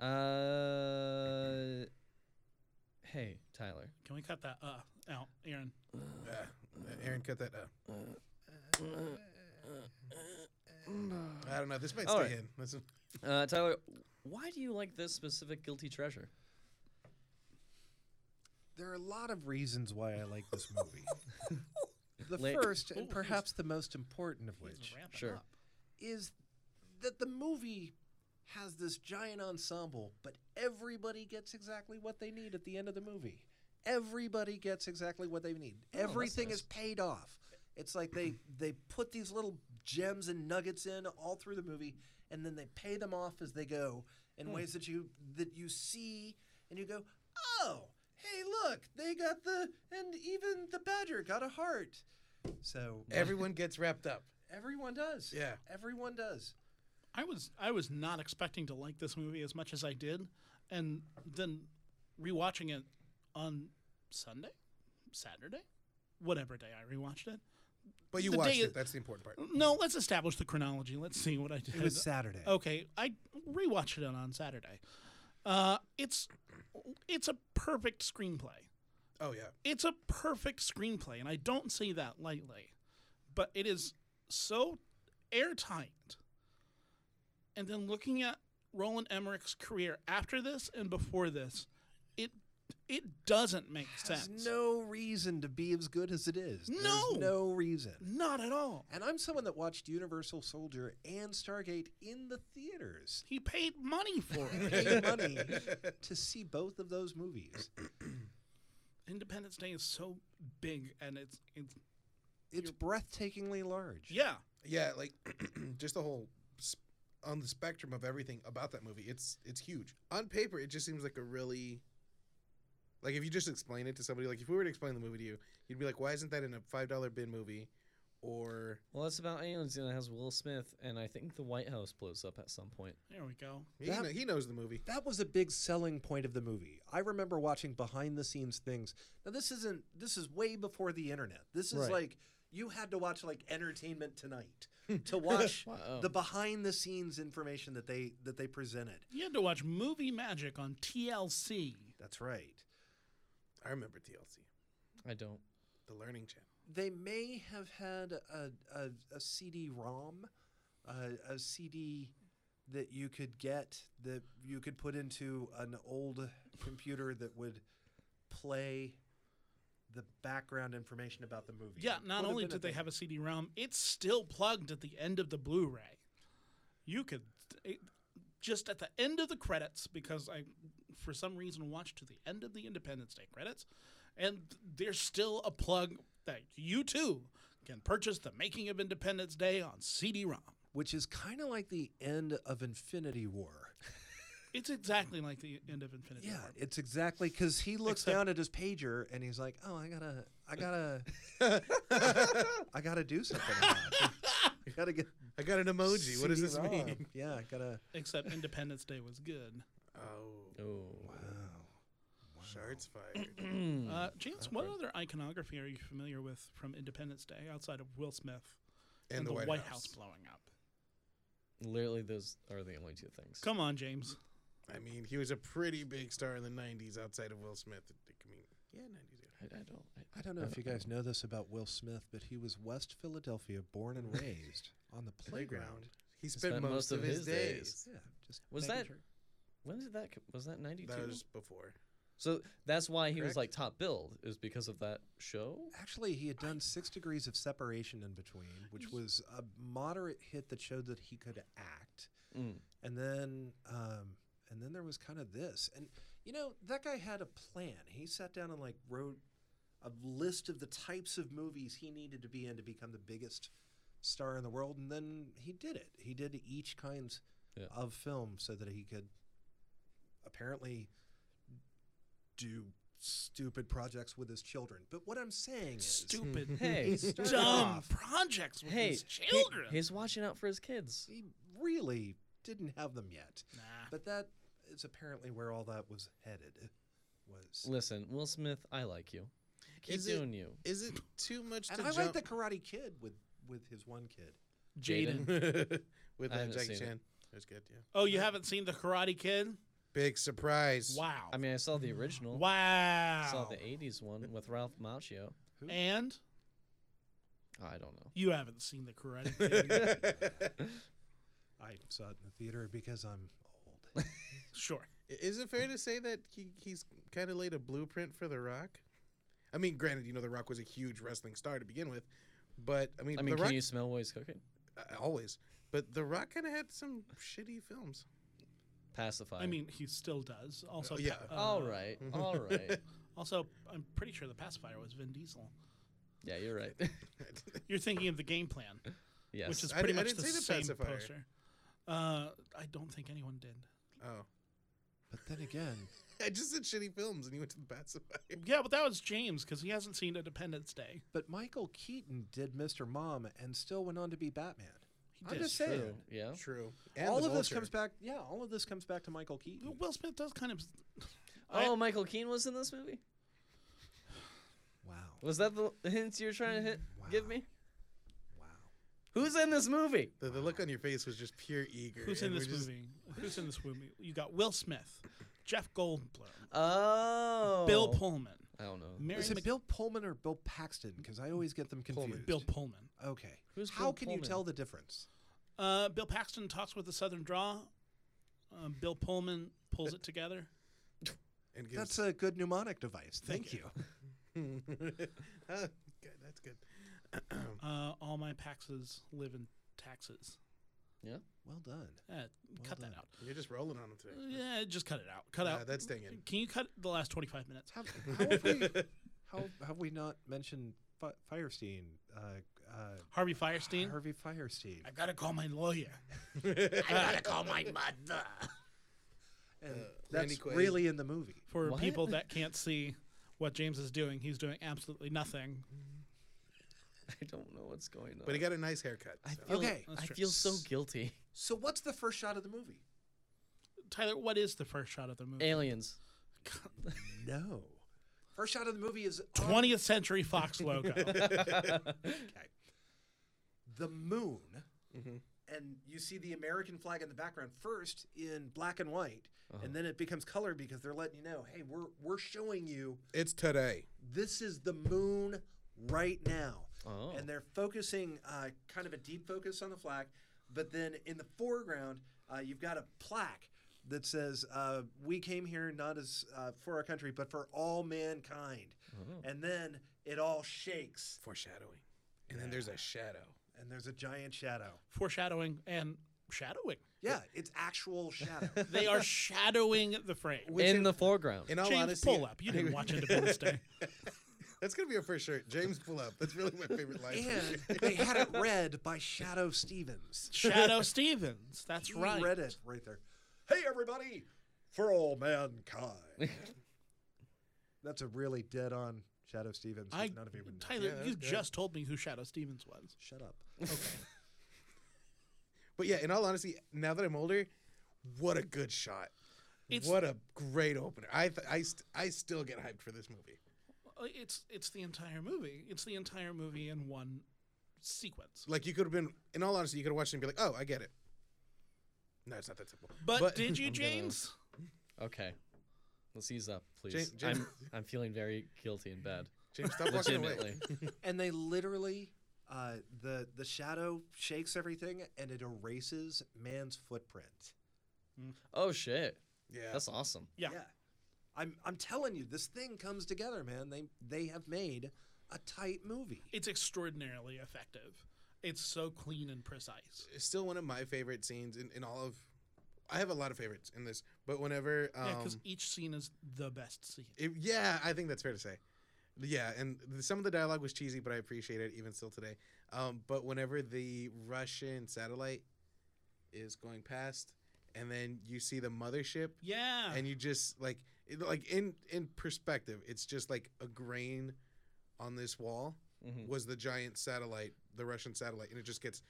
Speaker 1: Uh, hey, Tyler.
Speaker 2: Can we cut that uh, out, Aaron?
Speaker 3: Aaron, cut that up. I don't know. This might
Speaker 1: All
Speaker 3: stay
Speaker 1: right.
Speaker 3: in. Listen,
Speaker 1: Uh, Tyler, why do you like this specific guilty treasure?
Speaker 4: There are a lot of reasons why I like this
Speaker 2: [LAUGHS]
Speaker 4: movie. the
Speaker 1: Late-
Speaker 4: first,
Speaker 2: Ooh,
Speaker 4: and
Speaker 2: he's-
Speaker 4: perhaps the most important of
Speaker 2: He's
Speaker 4: which,
Speaker 2: wrapping
Speaker 1: Sure.
Speaker 2: up.
Speaker 4: is that the movie has this giant ensemble, but everybody gets exactly what they need at the end of the movie. Everybody gets exactly what they need.
Speaker 1: Oh, that's
Speaker 4: Everything
Speaker 1: nice.
Speaker 4: is paid off. It's like they they put these little gems and nuggets in all through the movie, and then they pay them off as they go
Speaker 1: Hmm.
Speaker 4: in ways that you that you see and you go, oh, hey, look, they got the and even the badger got a heart. So
Speaker 3: everyone gets wrapped up.
Speaker 4: everyone does.
Speaker 3: Yeah.
Speaker 4: everyone does.
Speaker 2: I was I was not expecting to like this movie as much as I did, and then rewatching it on Sunday, Saturday, whatever day I rewatched it.
Speaker 3: But you
Speaker 2: The
Speaker 3: watched
Speaker 2: day- Mm.
Speaker 3: it. That's the important part.
Speaker 2: No, let's establish the chronology. Let's see what I did.
Speaker 4: It was Saturday.
Speaker 2: Okay, I rewatched it on Saturday. Uh, it's it's a perfect screenplay.
Speaker 3: Oh yeah.
Speaker 2: It's a perfect screenplay, and I don't say that lightly, but it is so airtight. And then looking at Roland Emmerich's career after this and before this, it it doesn't make
Speaker 4: There's
Speaker 2: sense.
Speaker 4: no reason to be as good as it is. There's
Speaker 2: No.
Speaker 4: no reason.
Speaker 2: not at all.
Speaker 4: And I'm someone that watched Universal Soldier and Stargate in the theaters.
Speaker 2: He paid money for it. [LAUGHS]
Speaker 4: Paid money to see both of those movies.
Speaker 2: Independence Day is so big, and it's it's
Speaker 4: It's breathtakingly large.
Speaker 2: yeah.
Speaker 3: [LAUGHS] Yeah, like [CLEARS THROAT] just the whole sp- on the spectrum of everything about that movie. It's it's huge. On paper, it just seems like a really like if you just explain it to somebody, like if we were to explain the movie to you, you'd be like, "Why isn't that in a five dollar bin movie?" or
Speaker 1: Well, it's about aliens and it has Will Smith, and I think the White House blows up at some point.
Speaker 2: There we go.
Speaker 3: he,
Speaker 4: That-
Speaker 3: kno- he knows the movie.
Speaker 4: That was a big selling point of the movie. I remember watching behind the scenes things. Now this isn't this is way before the internet. This is
Speaker 1: Right.
Speaker 4: like you had to watch like Entertainment Tonight to watch
Speaker 1: Wow.
Speaker 4: the behind the scenes information that they that they presented.
Speaker 2: You had to watch Movie Magic on TLC.
Speaker 4: That's right.
Speaker 3: I remember TLC,
Speaker 1: I don't.
Speaker 3: The Learning Channel.
Speaker 4: They may have had a a, a CD-ROM, a, a CD that you could get that you could put into an old computer that would play the background information about the movie.
Speaker 2: Yeah,
Speaker 4: It
Speaker 2: not
Speaker 4: would
Speaker 2: only
Speaker 4: been a
Speaker 2: did they
Speaker 4: thing.
Speaker 2: have a CD-ROM, it's still plugged at the end of the Blu-ray. You could it, just at the end of the credits because I, for some reason, watched to the end of the Independence Day credits, and there's still a plug that you too can purchase the Making of Independence Day on CD-ROM.
Speaker 4: which is kind of like the end of Infinity War.
Speaker 2: It's exactly like the end of Infinity
Speaker 4: Yeah,
Speaker 2: War.
Speaker 4: it's exactly because he looks
Speaker 2: Except-
Speaker 4: down at his pager and he's like, "Oh, I gotta, I gotta,
Speaker 3: [LAUGHS]
Speaker 4: I gotta do something. about
Speaker 2: [LAUGHS]
Speaker 4: it. I gotta get
Speaker 3: I got an emoji. What does this
Speaker 4: CD-ROM.
Speaker 3: [LAUGHS] mean?
Speaker 4: Yeah, I gotta.
Speaker 2: Except Independence Day was good.
Speaker 3: Oh,
Speaker 1: [CLEARS THROAT] Oh.
Speaker 3: shards fired.
Speaker 1: Hmm.
Speaker 2: Uh, James, what other iconography are you familiar with from Independence Day outside of Will Smith
Speaker 3: and, the, White, House.
Speaker 2: blowing up?
Speaker 1: Literally, those are the only two things.
Speaker 2: Come on, James.
Speaker 3: I mean, he was a pretty big star in the '90s outside of Will Smith. I mean, yeah, '90s. yeah.
Speaker 1: I, I don't. I,
Speaker 4: I don't know if you guys know this about Will Smith, but he was West Philadelphia born and [LAUGHS] raised on the playground.
Speaker 3: He spent, most, of his, days.
Speaker 4: Yeah, just
Speaker 1: Was
Speaker 4: making
Speaker 1: that-
Speaker 4: sure.
Speaker 1: when did that? co- Was that ninety
Speaker 3: That
Speaker 1: two?
Speaker 3: was before.
Speaker 1: So that's why he was
Speaker 3: correct?
Speaker 1: like top billed is because of that show.
Speaker 4: Actually, he had done six degrees of separation in between, which was a moderate hit that showed that he could act.
Speaker 2: [LAUGHS]
Speaker 1: Mm.
Speaker 4: And then, um, and then there was kind of this, and you know that guy had a plan. He sat down and like wrote a list of the types of movies he needed to be in to become the biggest star in the world, and then he did it. He did each kind
Speaker 1: Yeah.
Speaker 4: of film so that he could apparently do stupid projects with his children. But what I'm saying is,
Speaker 2: Stupid,
Speaker 1: [LAUGHS] Hey,
Speaker 4: Start
Speaker 2: dumb
Speaker 4: off.
Speaker 2: projects with
Speaker 1: hey,
Speaker 2: his
Speaker 1: he-
Speaker 2: children.
Speaker 1: he's watching out for his kids.
Speaker 4: he really didn't have them yet.
Speaker 2: nah.
Speaker 4: But that is apparently where all that was headed. Was
Speaker 1: Listen, Will Smith, I like you. Keep
Speaker 3: Is it-
Speaker 1: doing you.
Speaker 3: Is it too much
Speaker 4: and
Speaker 3: to
Speaker 4: I like
Speaker 3: jump
Speaker 4: the Karate Kid with with his one kid.
Speaker 2: Jaden.
Speaker 3: [LAUGHS] with
Speaker 1: I
Speaker 3: uh,
Speaker 1: haven't
Speaker 3: Jackie
Speaker 1: seen it.
Speaker 3: Chan? That's good. Yeah.
Speaker 2: Oh, you haven't seen The Karate Kid?
Speaker 3: Big surprise. [LAUGHS]
Speaker 2: Wow.
Speaker 1: I mean, I saw the original. I
Speaker 2: wow.
Speaker 1: saw the '80s one with Ralph Macchio.
Speaker 2: and
Speaker 1: I don't know.
Speaker 2: you haven't seen The Karate
Speaker 1: [LAUGHS]
Speaker 2: Kid.
Speaker 4: I saw it in the theater because I'm old.
Speaker 2: sure.
Speaker 3: Is it fair to say that he, he's kind of laid a blueprint for The Rock? I mean, granted, you know, The Rock was a huge wrestling star to begin with, but I mean,
Speaker 1: I mean,
Speaker 3: The
Speaker 1: can
Speaker 3: Rock
Speaker 1: you smell what he's cooking?
Speaker 3: uh, always. But The Rock kind of had some shitty films. [LAUGHS]
Speaker 1: Pacifier.
Speaker 2: I mean, he still does. Also,
Speaker 3: yeah.
Speaker 2: pa- uh,
Speaker 1: all right, all
Speaker 2: [LAUGHS]
Speaker 1: right.
Speaker 2: Also, I'm pretty sure the pacifier was Vin Diesel.
Speaker 1: Yeah, you're right.
Speaker 2: You're thinking of the game plan,
Speaker 1: yes.
Speaker 2: which is
Speaker 3: I
Speaker 2: pretty
Speaker 3: di- I
Speaker 2: much
Speaker 3: didn't
Speaker 2: the
Speaker 3: see the
Speaker 2: same
Speaker 3: pacifier.
Speaker 2: poster. Uh, I don't think anyone did.
Speaker 3: oh,
Speaker 4: but then again,
Speaker 3: I just said shitty films, and you went to the pacifier.
Speaker 2: Yeah, but that was James because he hasn't seen Independence Day.
Speaker 4: but Michael Keaton did Mr. Mom and still went on to be Batman.
Speaker 2: He
Speaker 4: I'm
Speaker 2: did.
Speaker 4: just
Speaker 1: true.
Speaker 4: saying.
Speaker 1: Yeah.
Speaker 3: True.
Speaker 4: all of this comes back. Yeah, all of this comes back to Michael Keaton.
Speaker 2: Will Smith does kind of. I-
Speaker 1: Oh, Michael Keane was in this movie.
Speaker 4: Wow.
Speaker 1: Was that the hints you're trying to hit, give
Speaker 4: Wow.
Speaker 1: me?
Speaker 4: Wow.
Speaker 1: Who's in this movie?
Speaker 3: The, the look on your face was just pure eager.
Speaker 2: Who's in
Speaker 3: and
Speaker 2: this
Speaker 3: we're just-
Speaker 2: movie? Who's in this movie? You got Will Smith, Jeff Goldblum,
Speaker 1: Oh,
Speaker 2: Bill Pullman,
Speaker 1: I don't know.
Speaker 2: Mary
Speaker 4: Is it
Speaker 2: Mc-
Speaker 4: Bill Pullman or Bill Paxton? Because I always get them confused.
Speaker 3: Pullman.
Speaker 2: Bill Pullman.
Speaker 4: Okay.
Speaker 1: Who's
Speaker 4: How
Speaker 1: Bill
Speaker 4: can you
Speaker 1: Pullman?
Speaker 4: tell the difference?
Speaker 2: Uh, Bill Paxton talks with the Southern draw. Uh, Bill Pullman pulls it together.
Speaker 3: And gives, [LAUGHS]
Speaker 4: That's a good mnemonic device. Thank, you.
Speaker 3: Ah, good. That's good.
Speaker 2: Uh, all my paxes live in taxes.
Speaker 1: Yeah.
Speaker 4: Well done.
Speaker 2: Uh, cut that
Speaker 4: done.
Speaker 2: out.
Speaker 3: You're just rolling on them today.
Speaker 2: Yeah, just cut it out. Cut
Speaker 3: Nah,
Speaker 2: out.
Speaker 3: that's stinging.
Speaker 2: Can you cut the last twenty five minutes?
Speaker 4: How, how, have [LAUGHS] we, how have we not mentioned Fi Firestein? Uh, uh,
Speaker 2: Harvey Firestein.
Speaker 4: Harvey Firestein.
Speaker 2: I gotta call my lawyer. [LAUGHS] I gotta call
Speaker 3: [LAUGHS]
Speaker 2: my mother.
Speaker 4: And
Speaker 3: Randy
Speaker 4: that's
Speaker 3: Quaid.
Speaker 4: really in the movie.
Speaker 2: For
Speaker 1: What?
Speaker 2: people that can't see what James is doing, he's doing absolutely nothing.
Speaker 1: [LAUGHS] I don't know what's going on.
Speaker 3: But he got a nice haircut.
Speaker 1: I
Speaker 3: so.
Speaker 1: feel,
Speaker 4: Okay.
Speaker 1: I
Speaker 2: That's true.
Speaker 1: feel so guilty.
Speaker 2: [LAUGHS]
Speaker 4: So what's the first shot of the movie?
Speaker 2: Tyler, what is the first shot of the movie?
Speaker 3: [LAUGHS]
Speaker 1: Aliens.
Speaker 4: No. First shot of the movie is on
Speaker 2: 20th Century Fox logo. [LAUGHS]
Speaker 4: the moon,
Speaker 3: Mhm.
Speaker 4: and you see the American flag in the background first in black and white, and then it becomes color because they're letting you know, hey, we're we're showing you
Speaker 3: It's today.
Speaker 4: this is the moon right now.
Speaker 1: Oh.
Speaker 4: And they're focusing uh, kind of a deep focus on the flag, but then in the foreground, uh, you've got a plaque that says, uh, "We came here not as uh, for our country, but for all mankind." And then it all shakes,
Speaker 3: Foreshadowing. And then there's a shadow.
Speaker 4: and there's a giant shadow.
Speaker 2: Foreshadowing and shadowing.
Speaker 4: Yeah, it's actual shadow.
Speaker 2: They are shadowing the frame.
Speaker 1: [LAUGHS]
Speaker 3: Which
Speaker 1: in the foreground.
Speaker 3: in all
Speaker 2: James,
Speaker 3: honesty,
Speaker 2: pull up. You didn't watch
Speaker 3: [LAUGHS]
Speaker 2: Independence Day.
Speaker 3: That's gonna be our first shirt. James, pull up. That's really my favorite line. from
Speaker 4: and
Speaker 3: you.
Speaker 4: they had it read by Shadow Stevens.
Speaker 1: [LAUGHS]
Speaker 2: Shadow Stevens. That's
Speaker 4: He
Speaker 2: right.
Speaker 4: read it right there. Hey, everybody, for all
Speaker 2: [LAUGHS]
Speaker 4: mankind. That's a really dead on Shadow Stevens.
Speaker 2: I,
Speaker 4: none of you would know.
Speaker 2: Tyler,
Speaker 3: that
Speaker 2: you
Speaker 3: was good.
Speaker 2: just told me who Shadow Stevens was.
Speaker 4: Shut up.
Speaker 3: But yeah, in all honesty, now that I'm older, what a good shot.
Speaker 2: It's-
Speaker 3: what a great opener. I th- I, st- I still get hyped for this movie.
Speaker 2: Uh, It's it's the entire movie. It's the entire movie in one sequence.
Speaker 3: Like you could have been. In all honesty, you could have watched it and be like, "Oh, I get it." No, it's not that simple.
Speaker 1: [LAUGHS]
Speaker 2: But, did you,
Speaker 1: I'm gonna-
Speaker 2: James?
Speaker 1: Okay. Let's ease up, please.
Speaker 3: Jane- Jane-
Speaker 1: I'm I'm feeling very guilty and
Speaker 3: [LAUGHS]
Speaker 1: bad.
Speaker 3: James, stop walking away.
Speaker 1: Legitimately. [LAUGHS]
Speaker 4: And they literally, uh, the, the shadow shakes everything and it erases man's footprint.
Speaker 1: oh shit.
Speaker 3: Yeah,
Speaker 1: That's awesome.
Speaker 2: Yeah.
Speaker 4: I'm, I'm telling you, this thing comes together, man. They, they have made a tight movie.
Speaker 2: It's extraordinarily effective. It's so clean and precise.
Speaker 3: It's still one of my favorite scenes in, in all of. I have a lot of favorites in this, but whenever um,
Speaker 2: Yeah, 'cause because each scene is the best scene.
Speaker 3: It, yeah, I think that's fair to say. Yeah, and th- some of the dialogue was cheesy, but I appreciate it even still today. Um, but whenever the Russian satellite is going past, and then you see the mothership,
Speaker 2: Yeah.
Speaker 3: and you just like it, like in in perspective, it's just like a grain on this wall
Speaker 2: Mm-hmm.
Speaker 1: Mhm.
Speaker 3: was the giant satellite, the Russian satellite, and it just gets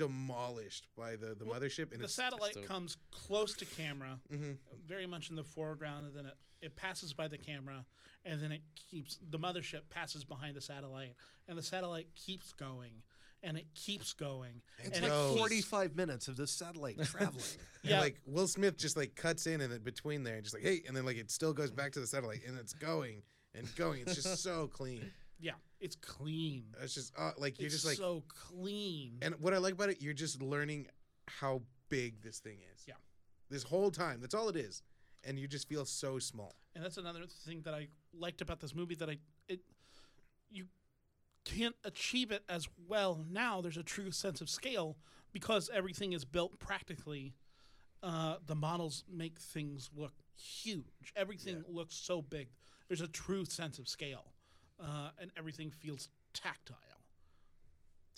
Speaker 3: demolished by the the
Speaker 2: Well,
Speaker 3: mothership, and
Speaker 2: the
Speaker 3: it's
Speaker 2: satellite
Speaker 1: dope.
Speaker 2: comes close to camera,
Speaker 3: Mhm.
Speaker 2: very much in the foreground, and then it, it passes by the camera, and then it keeps the mothership passes behind the satellite, and the satellite keeps going, and it keeps going,
Speaker 3: It's
Speaker 2: and
Speaker 3: like
Speaker 2: it
Speaker 3: goes.
Speaker 2: keeps-
Speaker 4: 45 minutes of this satellite traveling.
Speaker 2: [LAUGHS]
Speaker 3: And,
Speaker 2: Yeah.
Speaker 3: like Will Smith just like cuts in and then between there and just like hey and then like it still goes back to the satellite and it's going and going. It's
Speaker 2: [LAUGHS]
Speaker 3: just so clean.
Speaker 2: yeah, it's clean.
Speaker 3: It's just uh, like you're
Speaker 2: it's
Speaker 3: just like
Speaker 2: so clean.
Speaker 3: and what I like about it, you're just learning how big this thing is.
Speaker 2: Yeah.
Speaker 3: This whole time, that's all it is, and you just feel so small.
Speaker 2: and that's another thing that I liked about this movie that I it you can't achieve it as well now. There's a true sense of scale because everything is built practically. Uh, the models make things look huge. Everything looks so big. There's a true sense of scale, uh, and everything feels tactile.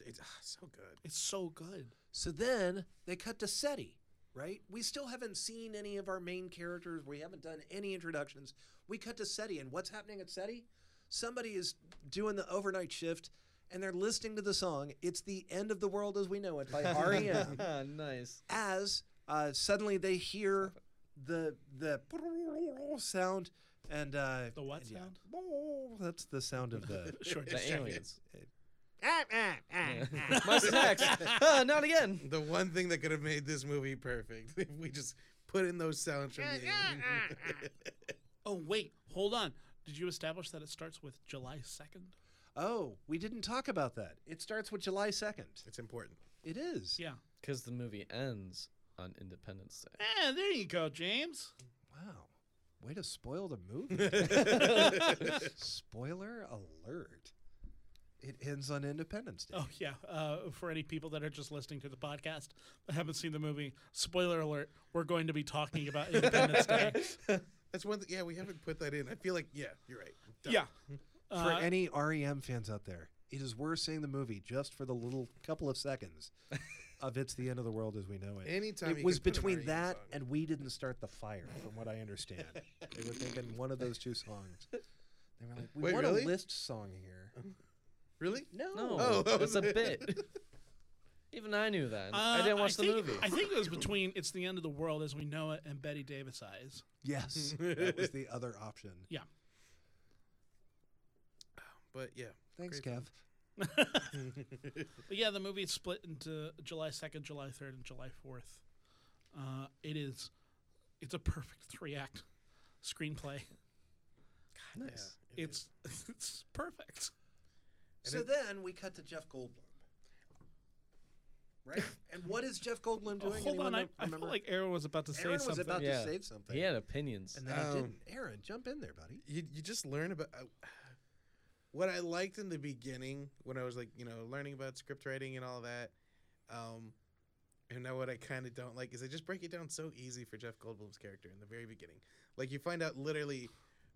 Speaker 3: It's ah, so good.
Speaker 2: It's so good.
Speaker 4: So then they cut to SETI, right? We still haven't seen any of our main characters. We haven't done any introductions. We cut to SETI, and what's happening at SETI? Somebody is doing the overnight shift, and they're listening to the song "It's the End of the World as We Know It" by
Speaker 2: [LAUGHS]
Speaker 1: [LAUGHS]
Speaker 4: REM.
Speaker 1: nice.
Speaker 4: as uh, suddenly they hear the the sound and uh,
Speaker 2: The what
Speaker 4: and yeah. Oh,
Speaker 2: sound?
Speaker 4: That's the sound
Speaker 2: [LAUGHS]
Speaker 4: of the
Speaker 1: [LAUGHS]
Speaker 2: Sure.
Speaker 1: The aliens.
Speaker 3: Ah,
Speaker 1: [LAUGHS]
Speaker 5: Hey,
Speaker 1: My snacks. Ah, [LAUGHS] not again.
Speaker 3: The one thing that could have made this movie perfect if we just put in those sounds from the [LAUGHS]
Speaker 2: Oh wait, hold on. Did you establish that it starts with July second?
Speaker 4: oh we didn't talk about that. It starts with July second.
Speaker 3: It's important.
Speaker 4: It is.
Speaker 2: Yeah.
Speaker 1: Because the movie ends on Independence Day.
Speaker 2: Ah, there you go, James.
Speaker 4: Wow. Way to spoil the movie. Spoiler alert. It ends on Independence Day.
Speaker 2: Oh yeah. Uh, for any people that are just listening to the podcast that haven't seen the movie, spoiler alert: we're going to be talking about [LAUGHS] Independence Day.
Speaker 4: [LAUGHS]
Speaker 3: That's one. Th- yeah, we haven't put that in. I feel like yeah, you're right. Done.
Speaker 2: Yeah.
Speaker 4: For
Speaker 2: Uh,
Speaker 4: any REM fans out there, it is worth seeing the movie just for the little couple of seconds of It's the End of the World as We Know It.
Speaker 3: Anytime you
Speaker 4: it
Speaker 3: can
Speaker 4: was
Speaker 3: put an
Speaker 4: between
Speaker 3: REM
Speaker 4: that
Speaker 3: song.
Speaker 4: and We Didn't Start the Fire, from what I understand. they were thinking one of those two songs. They were like, we
Speaker 3: Wait,
Speaker 4: want
Speaker 3: really?
Speaker 4: a list song here.
Speaker 3: Really?
Speaker 1: [LAUGHS]
Speaker 4: No.
Speaker 1: No,
Speaker 3: Oh,
Speaker 1: it's
Speaker 3: that was
Speaker 1: a
Speaker 3: it.
Speaker 1: bit. Even I knew that. I
Speaker 2: Uh,
Speaker 1: didn't watch the
Speaker 2: think-
Speaker 1: movie.
Speaker 2: I think it was between "It's the End of the World as We Know It" and Betty Davis Eyes.
Speaker 4: [LAUGHS] Yes, that was the other option.
Speaker 3: But yeah.
Speaker 4: Thanks,
Speaker 3: Great
Speaker 4: Kev.
Speaker 2: But yeah, the movie is split into July second, July third, and July fourth. Uh, it is, it's a perfect three act screenplay.
Speaker 1: [SIGHS]
Speaker 3: yeah,
Speaker 1: nice.
Speaker 3: it is.
Speaker 2: It's [LAUGHS] it's perfect.
Speaker 3: And
Speaker 4: so
Speaker 3: it-
Speaker 4: then we cut to Jeff Goldblum. Right? and what is Jeff Goldblum
Speaker 2: Oh,
Speaker 4: doing?
Speaker 2: hold
Speaker 4: Anyone
Speaker 2: on, I,
Speaker 4: know-
Speaker 2: I felt
Speaker 4: remember?
Speaker 2: like Aaron was about to say
Speaker 4: Aaron was
Speaker 2: something.
Speaker 4: about
Speaker 1: Yeah.
Speaker 4: to say something.
Speaker 1: He had opinions.
Speaker 4: and then
Speaker 3: Um,
Speaker 4: he didn't. Aaron, jump in there, buddy.
Speaker 3: you you just learn about uh, what I liked in the beginning when I was like you know learning about script writing and all that. Um, and now what I kind of don't like is they just break it down so easy for Jeff Goldblum's character in the very beginning. Like you find out literally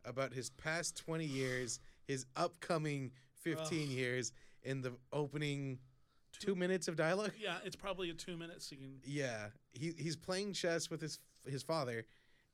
Speaker 3: about his past twenty years, his upcoming fifteen
Speaker 2: Ugh.
Speaker 3: years in the opening two minutes of dialogue.
Speaker 2: yeah, it's probably a two minute scene.
Speaker 3: Yeah, he he's playing chess with his his father,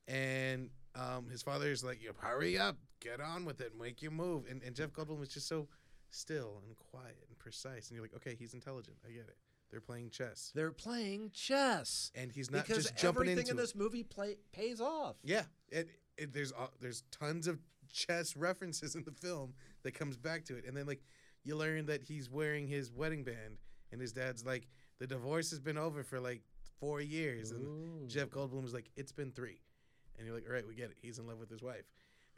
Speaker 3: and um, his father's like, "You hurry up, get on with it, make you move." And and Jeff Goldblum is just so still and quiet and precise, and you're like, "Okay, he's intelligent. I get it. They're playing chess,
Speaker 4: They're playing chess.
Speaker 3: and he's not
Speaker 4: because
Speaker 3: just jumping
Speaker 4: everything
Speaker 3: into
Speaker 4: in
Speaker 3: it."
Speaker 4: this movie play, pays off.
Speaker 3: Yeah, it, it there's uh, there's tons of chess [LAUGHS] references in the film that comes back to it, and then like you learn that he's wearing his wedding band, and his dad's like, "The divorce has been over for like four years," and
Speaker 1: Ooh.
Speaker 3: Jeff Goldblum was like, "It's been three. and you're like, "All right, we get it. He's in love with his wife,"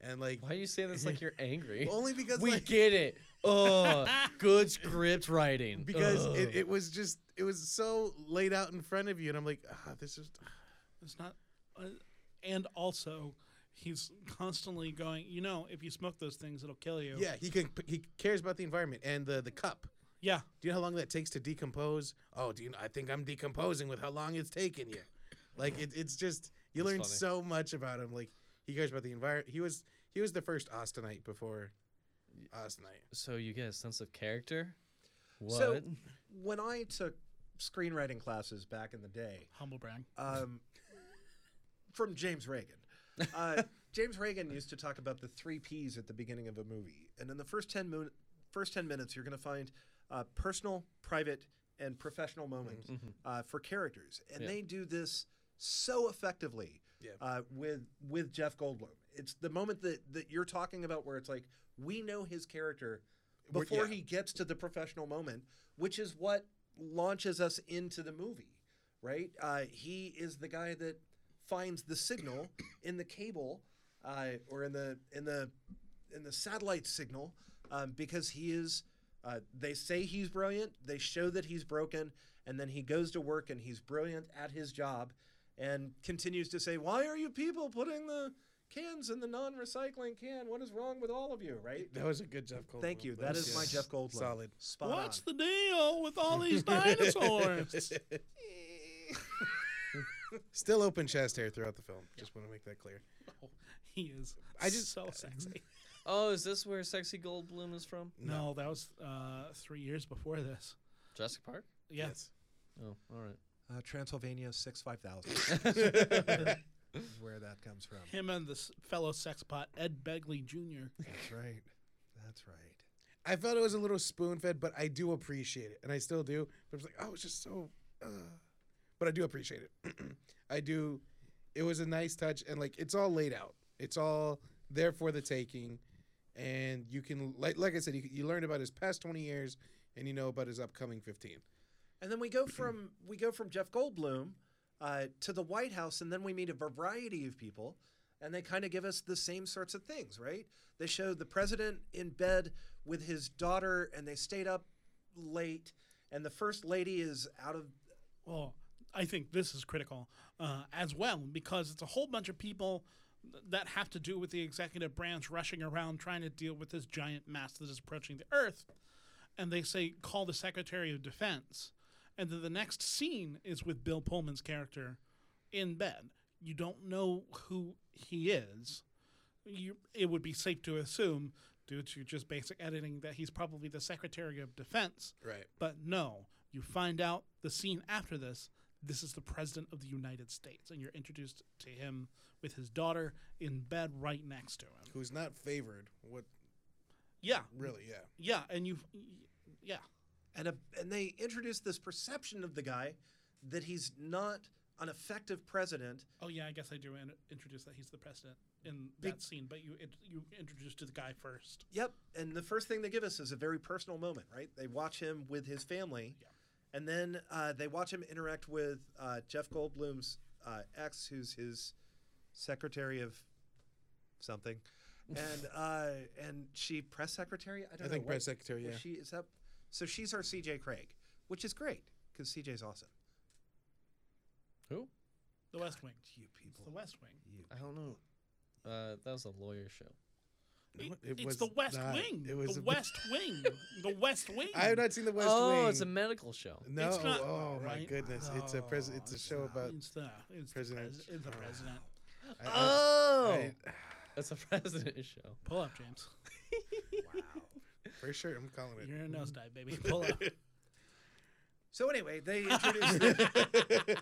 Speaker 3: and like
Speaker 1: Why are you saying this like you're angry?
Speaker 3: only because
Speaker 1: we
Speaker 3: like,
Speaker 1: get it. Oh, good script writing.
Speaker 3: because
Speaker 1: Ugh.
Speaker 3: it, it was just it was so laid out in front of you, and I'm like, ah, this is
Speaker 2: It's not, uh, and also he's constantly going. You know, if you smoke those things, it'll kill you.
Speaker 3: yeah. He can he cares about the environment and the the cup.
Speaker 2: yeah.
Speaker 3: Do you know how long that takes to decompose? Oh, do you know? I think I'm decomposing with how long it's taken you. Like it, it's just you
Speaker 1: That's
Speaker 3: learn
Speaker 1: funny.
Speaker 3: so much about him. Like he cares about the environment. He was he was the first Austinite before Austinite.
Speaker 1: so you get a sense of character. What?
Speaker 4: So when I took screenwriting classes back in the day,
Speaker 2: Humble brag.
Speaker 4: um, from James Reagan. Uh, James Reagan used to talk about the three P's at the beginning of a movie, and in the first ten mo- first ten minutes, you're going to find uh, personal, private, and professional moment uh, for characters, and
Speaker 1: Yeah.
Speaker 4: they do this so effectively
Speaker 3: Yeah.
Speaker 4: uh, with with Jeff Goldblum. It's the moment that that you're talking about where it's like we know his character
Speaker 3: We're-
Speaker 4: before
Speaker 3: yeah.
Speaker 4: he gets to the professional moment, which is what launches us into the movie, right? Uh, he is the guy that finds the signal in the cable uh, or in the in the in the satellite signal um, because he is. Uh, they say he's brilliant. They show that he's broken, and then he goes to work and he's brilliant at his job, and continues to say, "Why are you people putting the cans in the non-recycling can? What is wrong with all of you?" Right?
Speaker 3: That was a good Jeff Goldblum.
Speaker 4: Thank you. That
Speaker 3: was
Speaker 4: is my
Speaker 3: just
Speaker 4: Jeff Goldblum.
Speaker 3: Solid.
Speaker 4: Spot
Speaker 2: What's
Speaker 4: on.
Speaker 2: the deal with all
Speaker 3: [LAUGHS]
Speaker 2: these dinosaurs?
Speaker 3: Still open chest hair throughout the film. Just want to make that clear.
Speaker 2: he is.
Speaker 3: I just-
Speaker 2: so sexy.
Speaker 1: oh, is this where Sexy Goldblum is from?
Speaker 2: No, that was uh, three years before this.
Speaker 1: Jurassic Park.
Speaker 2: Yeah.
Speaker 1: Oh, all right.
Speaker 4: Uh,
Speaker 3: [LAUGHS]
Speaker 4: Transylvania 65000 is where that comes from.
Speaker 2: Him and this fellow sex pot, Ed Begley Jr.
Speaker 4: That's right. That's right.
Speaker 3: I felt it was a little spoon fed, but I do appreciate it, and I still do. But I was like, oh, it's just so. Uh. But I do appreciate it. [CLEARS THROAT] I do. It was a nice touch, and like it's all laid out. It's all there for the taking, and you can like like I said, you, you learned about his past twenty years, and you know about his upcoming fifteen.
Speaker 4: And then we go from we go from Jeff Goldblum uh, to the White House, and then we meet a variety of people, and they kind of give us the same sorts of things, right? They show the president in bed with his daughter, and they stayed up late, and the first lady is out of
Speaker 2: Well, I think this is critical uh, as well because it's a whole bunch of people th- that have to do with the executive branch rushing around trying to deal with this giant mass that is approaching the Earth. And they say, call the Secretary of Defense. And then the next scene is with Bill Pullman's character in bed. You don't know who he is. You, it would be safe to assume, due to just basic editing, that he's probably the Secretary of Defense.
Speaker 3: Right.
Speaker 2: But no, you find out the scene after this. This is the president of the United States, and you're introduced to him with his daughter in bed right next to him.
Speaker 3: Who's not favored? What?
Speaker 2: Yeah,
Speaker 5: Really, yeah.
Speaker 2: yeah, and you, yeah,
Speaker 4: and a, and they introduced this perception of the guy that he's not an effective president.
Speaker 2: oh yeah. I guess I do in- introduce that he's the president in
Speaker 4: Be-
Speaker 2: that scene, but you it, you introduce to the guy first.
Speaker 4: Yep, and the first thing they give us is a very personal moment, right? They watch him with his family,
Speaker 2: Yeah.
Speaker 4: and then uh, they watch him interact with uh, Jeff Goldblum's uh, ex, who's his secretary of something,
Speaker 5: [LAUGHS]
Speaker 4: and uh, and she press secretary. I
Speaker 5: I
Speaker 4: don't know.
Speaker 5: think
Speaker 4: what-
Speaker 5: press secretary.
Speaker 4: was
Speaker 5: Yeah.
Speaker 4: She is that. So she's our CJ Craig, which is great because CJ's awesome.
Speaker 1: Who?
Speaker 2: The West Wing.
Speaker 4: You
Speaker 2: It's
Speaker 4: people.
Speaker 2: the West Wing.
Speaker 4: You.
Speaker 5: I don't know.
Speaker 1: Uh, that was a lawyer show.
Speaker 2: It-
Speaker 5: No,
Speaker 2: it's the West
Speaker 5: not.
Speaker 2: Wing.
Speaker 5: It was
Speaker 2: the
Speaker 5: a- [LAUGHS]
Speaker 2: West Wing. The West Wing.
Speaker 5: I have not seen the West
Speaker 1: oh,
Speaker 5: Wing.
Speaker 1: it's a medical show.
Speaker 5: no.
Speaker 2: It's not-
Speaker 5: oh my
Speaker 2: right? Oh,
Speaker 5: goodness! It's a pres- It's a
Speaker 4: it's
Speaker 5: show
Speaker 4: not.
Speaker 5: about.
Speaker 2: It's the it's
Speaker 5: President.
Speaker 2: The pres- it's the president.
Speaker 5: I- I-
Speaker 1: Oh,
Speaker 5: I-
Speaker 1: that's a [LAUGHS] president show.
Speaker 2: Pull up, James.
Speaker 5: for sure, I'm calling it.
Speaker 2: You're a nose dive, [LAUGHS] baby. Pull up.
Speaker 4: So anyway, they introduced
Speaker 5: [LAUGHS]
Speaker 4: the,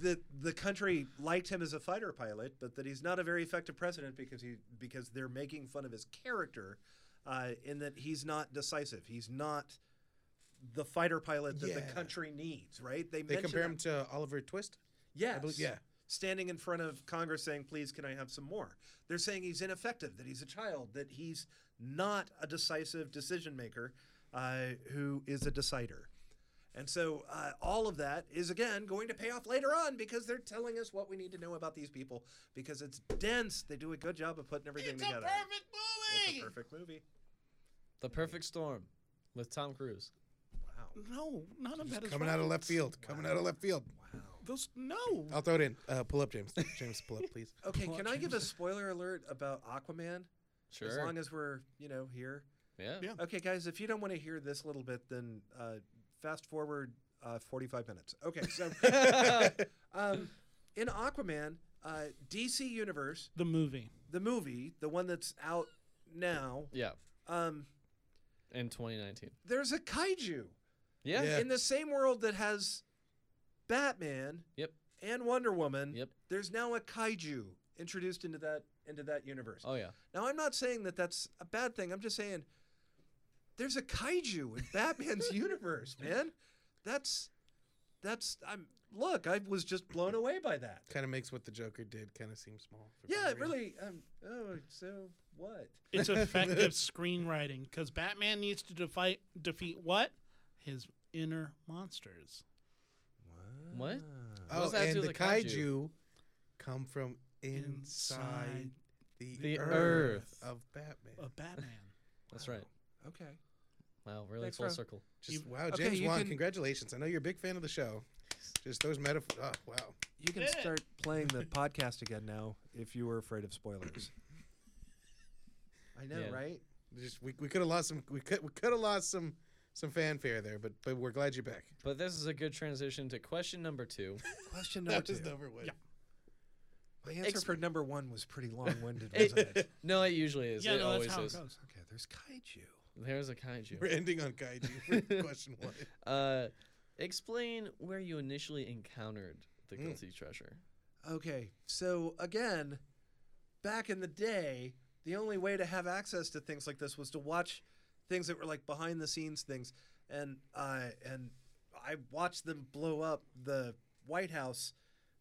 Speaker 4: the the country liked him as a fighter pilot, but that he's not a very effective president because he because they're making fun of his character, uh, in that he's not decisive. He's not the fighter pilot that the
Speaker 5: Yeah.
Speaker 4: country needs. Right? They
Speaker 5: They
Speaker 4: mention
Speaker 5: compare
Speaker 4: that.
Speaker 5: him to Oliver Twist.
Speaker 4: Yes.
Speaker 5: believe- yeah.
Speaker 4: Standing in front of Congress saying, please, can I have some more? They're saying he's ineffective, that he's a child, that he's not a decisive decision maker uh, who is a decider. And so uh, all of that is, again, going to pay off later on because they're telling us what we need to know about these people because it's dense. They do a good job of putting everything together. It's a perfect movie.
Speaker 1: The Perfect Storm with Tom Cruise.
Speaker 4: Wow.
Speaker 2: No, none of Oh. that is
Speaker 5: Coming out of
Speaker 2: right.
Speaker 5: left field. Coming out of left field.
Speaker 2: Those no.
Speaker 5: I'll throw it in. Uh, pull up, James. James, pull up, please.
Speaker 4: Okay, can I give a spoiler alert about Aquaman?
Speaker 1: Sure.
Speaker 4: As long as we're, you know, here.
Speaker 1: yeah.
Speaker 2: Yeah.
Speaker 4: Okay, guys, if you don't want to hear this little bit, then uh, fast forward uh, 45 minutes. Okay,
Speaker 1: [LAUGHS]
Speaker 4: so um, in Aquaman, uh, DC Universe,
Speaker 2: The movie.
Speaker 4: the movie, the one that's out now,
Speaker 1: Yeah.
Speaker 4: um,
Speaker 1: In 2019.
Speaker 4: there's a kaiju
Speaker 1: Yeah.
Speaker 5: Yeah.
Speaker 4: in the same world that has Batman
Speaker 1: Yep.
Speaker 4: and Wonder Woman.
Speaker 1: Yep.
Speaker 4: There's now a kaiju introduced into that into that universe.
Speaker 1: Oh yeah.
Speaker 4: Now, I'm not saying that that's a bad thing. I'm just saying there's a kaiju in [LAUGHS] Batman's universe, man. That's that's I'm look. I was just blown away by that.
Speaker 5: Kind of makes what the Joker did kind of seem small. for
Speaker 4: Yeah,
Speaker 5: some
Speaker 4: it
Speaker 5: reason.
Speaker 4: really. Um, oh, so what?
Speaker 2: It's [LAUGHS] effective screenwriting because Batman needs to defi- defeat what? His inner monsters.
Speaker 1: What? What
Speaker 5: Oh,
Speaker 1: does that have
Speaker 5: and
Speaker 1: to
Speaker 5: the
Speaker 1: do with the kaiju?
Speaker 5: kaiju, come from inside the,
Speaker 1: The
Speaker 5: earth,
Speaker 1: earth.
Speaker 5: of Batman.
Speaker 2: of Batman. [LAUGHS]
Speaker 1: That's right.
Speaker 4: Ah, Okay.
Speaker 1: Wow. Really
Speaker 4: Thanks,
Speaker 1: full
Speaker 4: bro.
Speaker 1: circle.
Speaker 5: Just
Speaker 2: You-
Speaker 5: wow,
Speaker 4: okay,
Speaker 5: James
Speaker 4: you
Speaker 5: Wan,
Speaker 4: can-
Speaker 5: congratulations! I know you're a big fan of the show. Just those metaphors. Oh, wow.
Speaker 4: You can
Speaker 2: Did it.
Speaker 4: start playing [LAUGHS] the podcast again now if you were afraid of spoilers. I know,
Speaker 1: Yeah.
Speaker 4: right?
Speaker 5: Just we, we could have lost some. We could we could have lost some some fanfare there, but but we're glad you're [LAUGHS] back.
Speaker 1: But this is a good transition to question number two. [LAUGHS]
Speaker 4: Question number two.
Speaker 5: over with.
Speaker 4: My answer
Speaker 1: Exp-
Speaker 4: for number one was [LAUGHS] pretty long-winded,
Speaker 1: It-
Speaker 4: wasn't [LAUGHS] it?
Speaker 1: no, it usually is.
Speaker 2: yeah,
Speaker 1: it
Speaker 2: no,
Speaker 1: always
Speaker 2: that's how
Speaker 1: is.
Speaker 2: it goes.
Speaker 4: Okay, there's kaiju.
Speaker 1: There's a
Speaker 5: [LAUGHS]
Speaker 1: kaiju.
Speaker 5: We're ending on kaiju. [LAUGHS] for question one.
Speaker 1: Uh, explain where you initially encountered the
Speaker 5: Mm.
Speaker 1: guilty treasure.
Speaker 4: Okay, so again, back in the day, the only way to have access to things like this was to watch things that were like behind the scenes things, and uh, and I watched them blow up the White House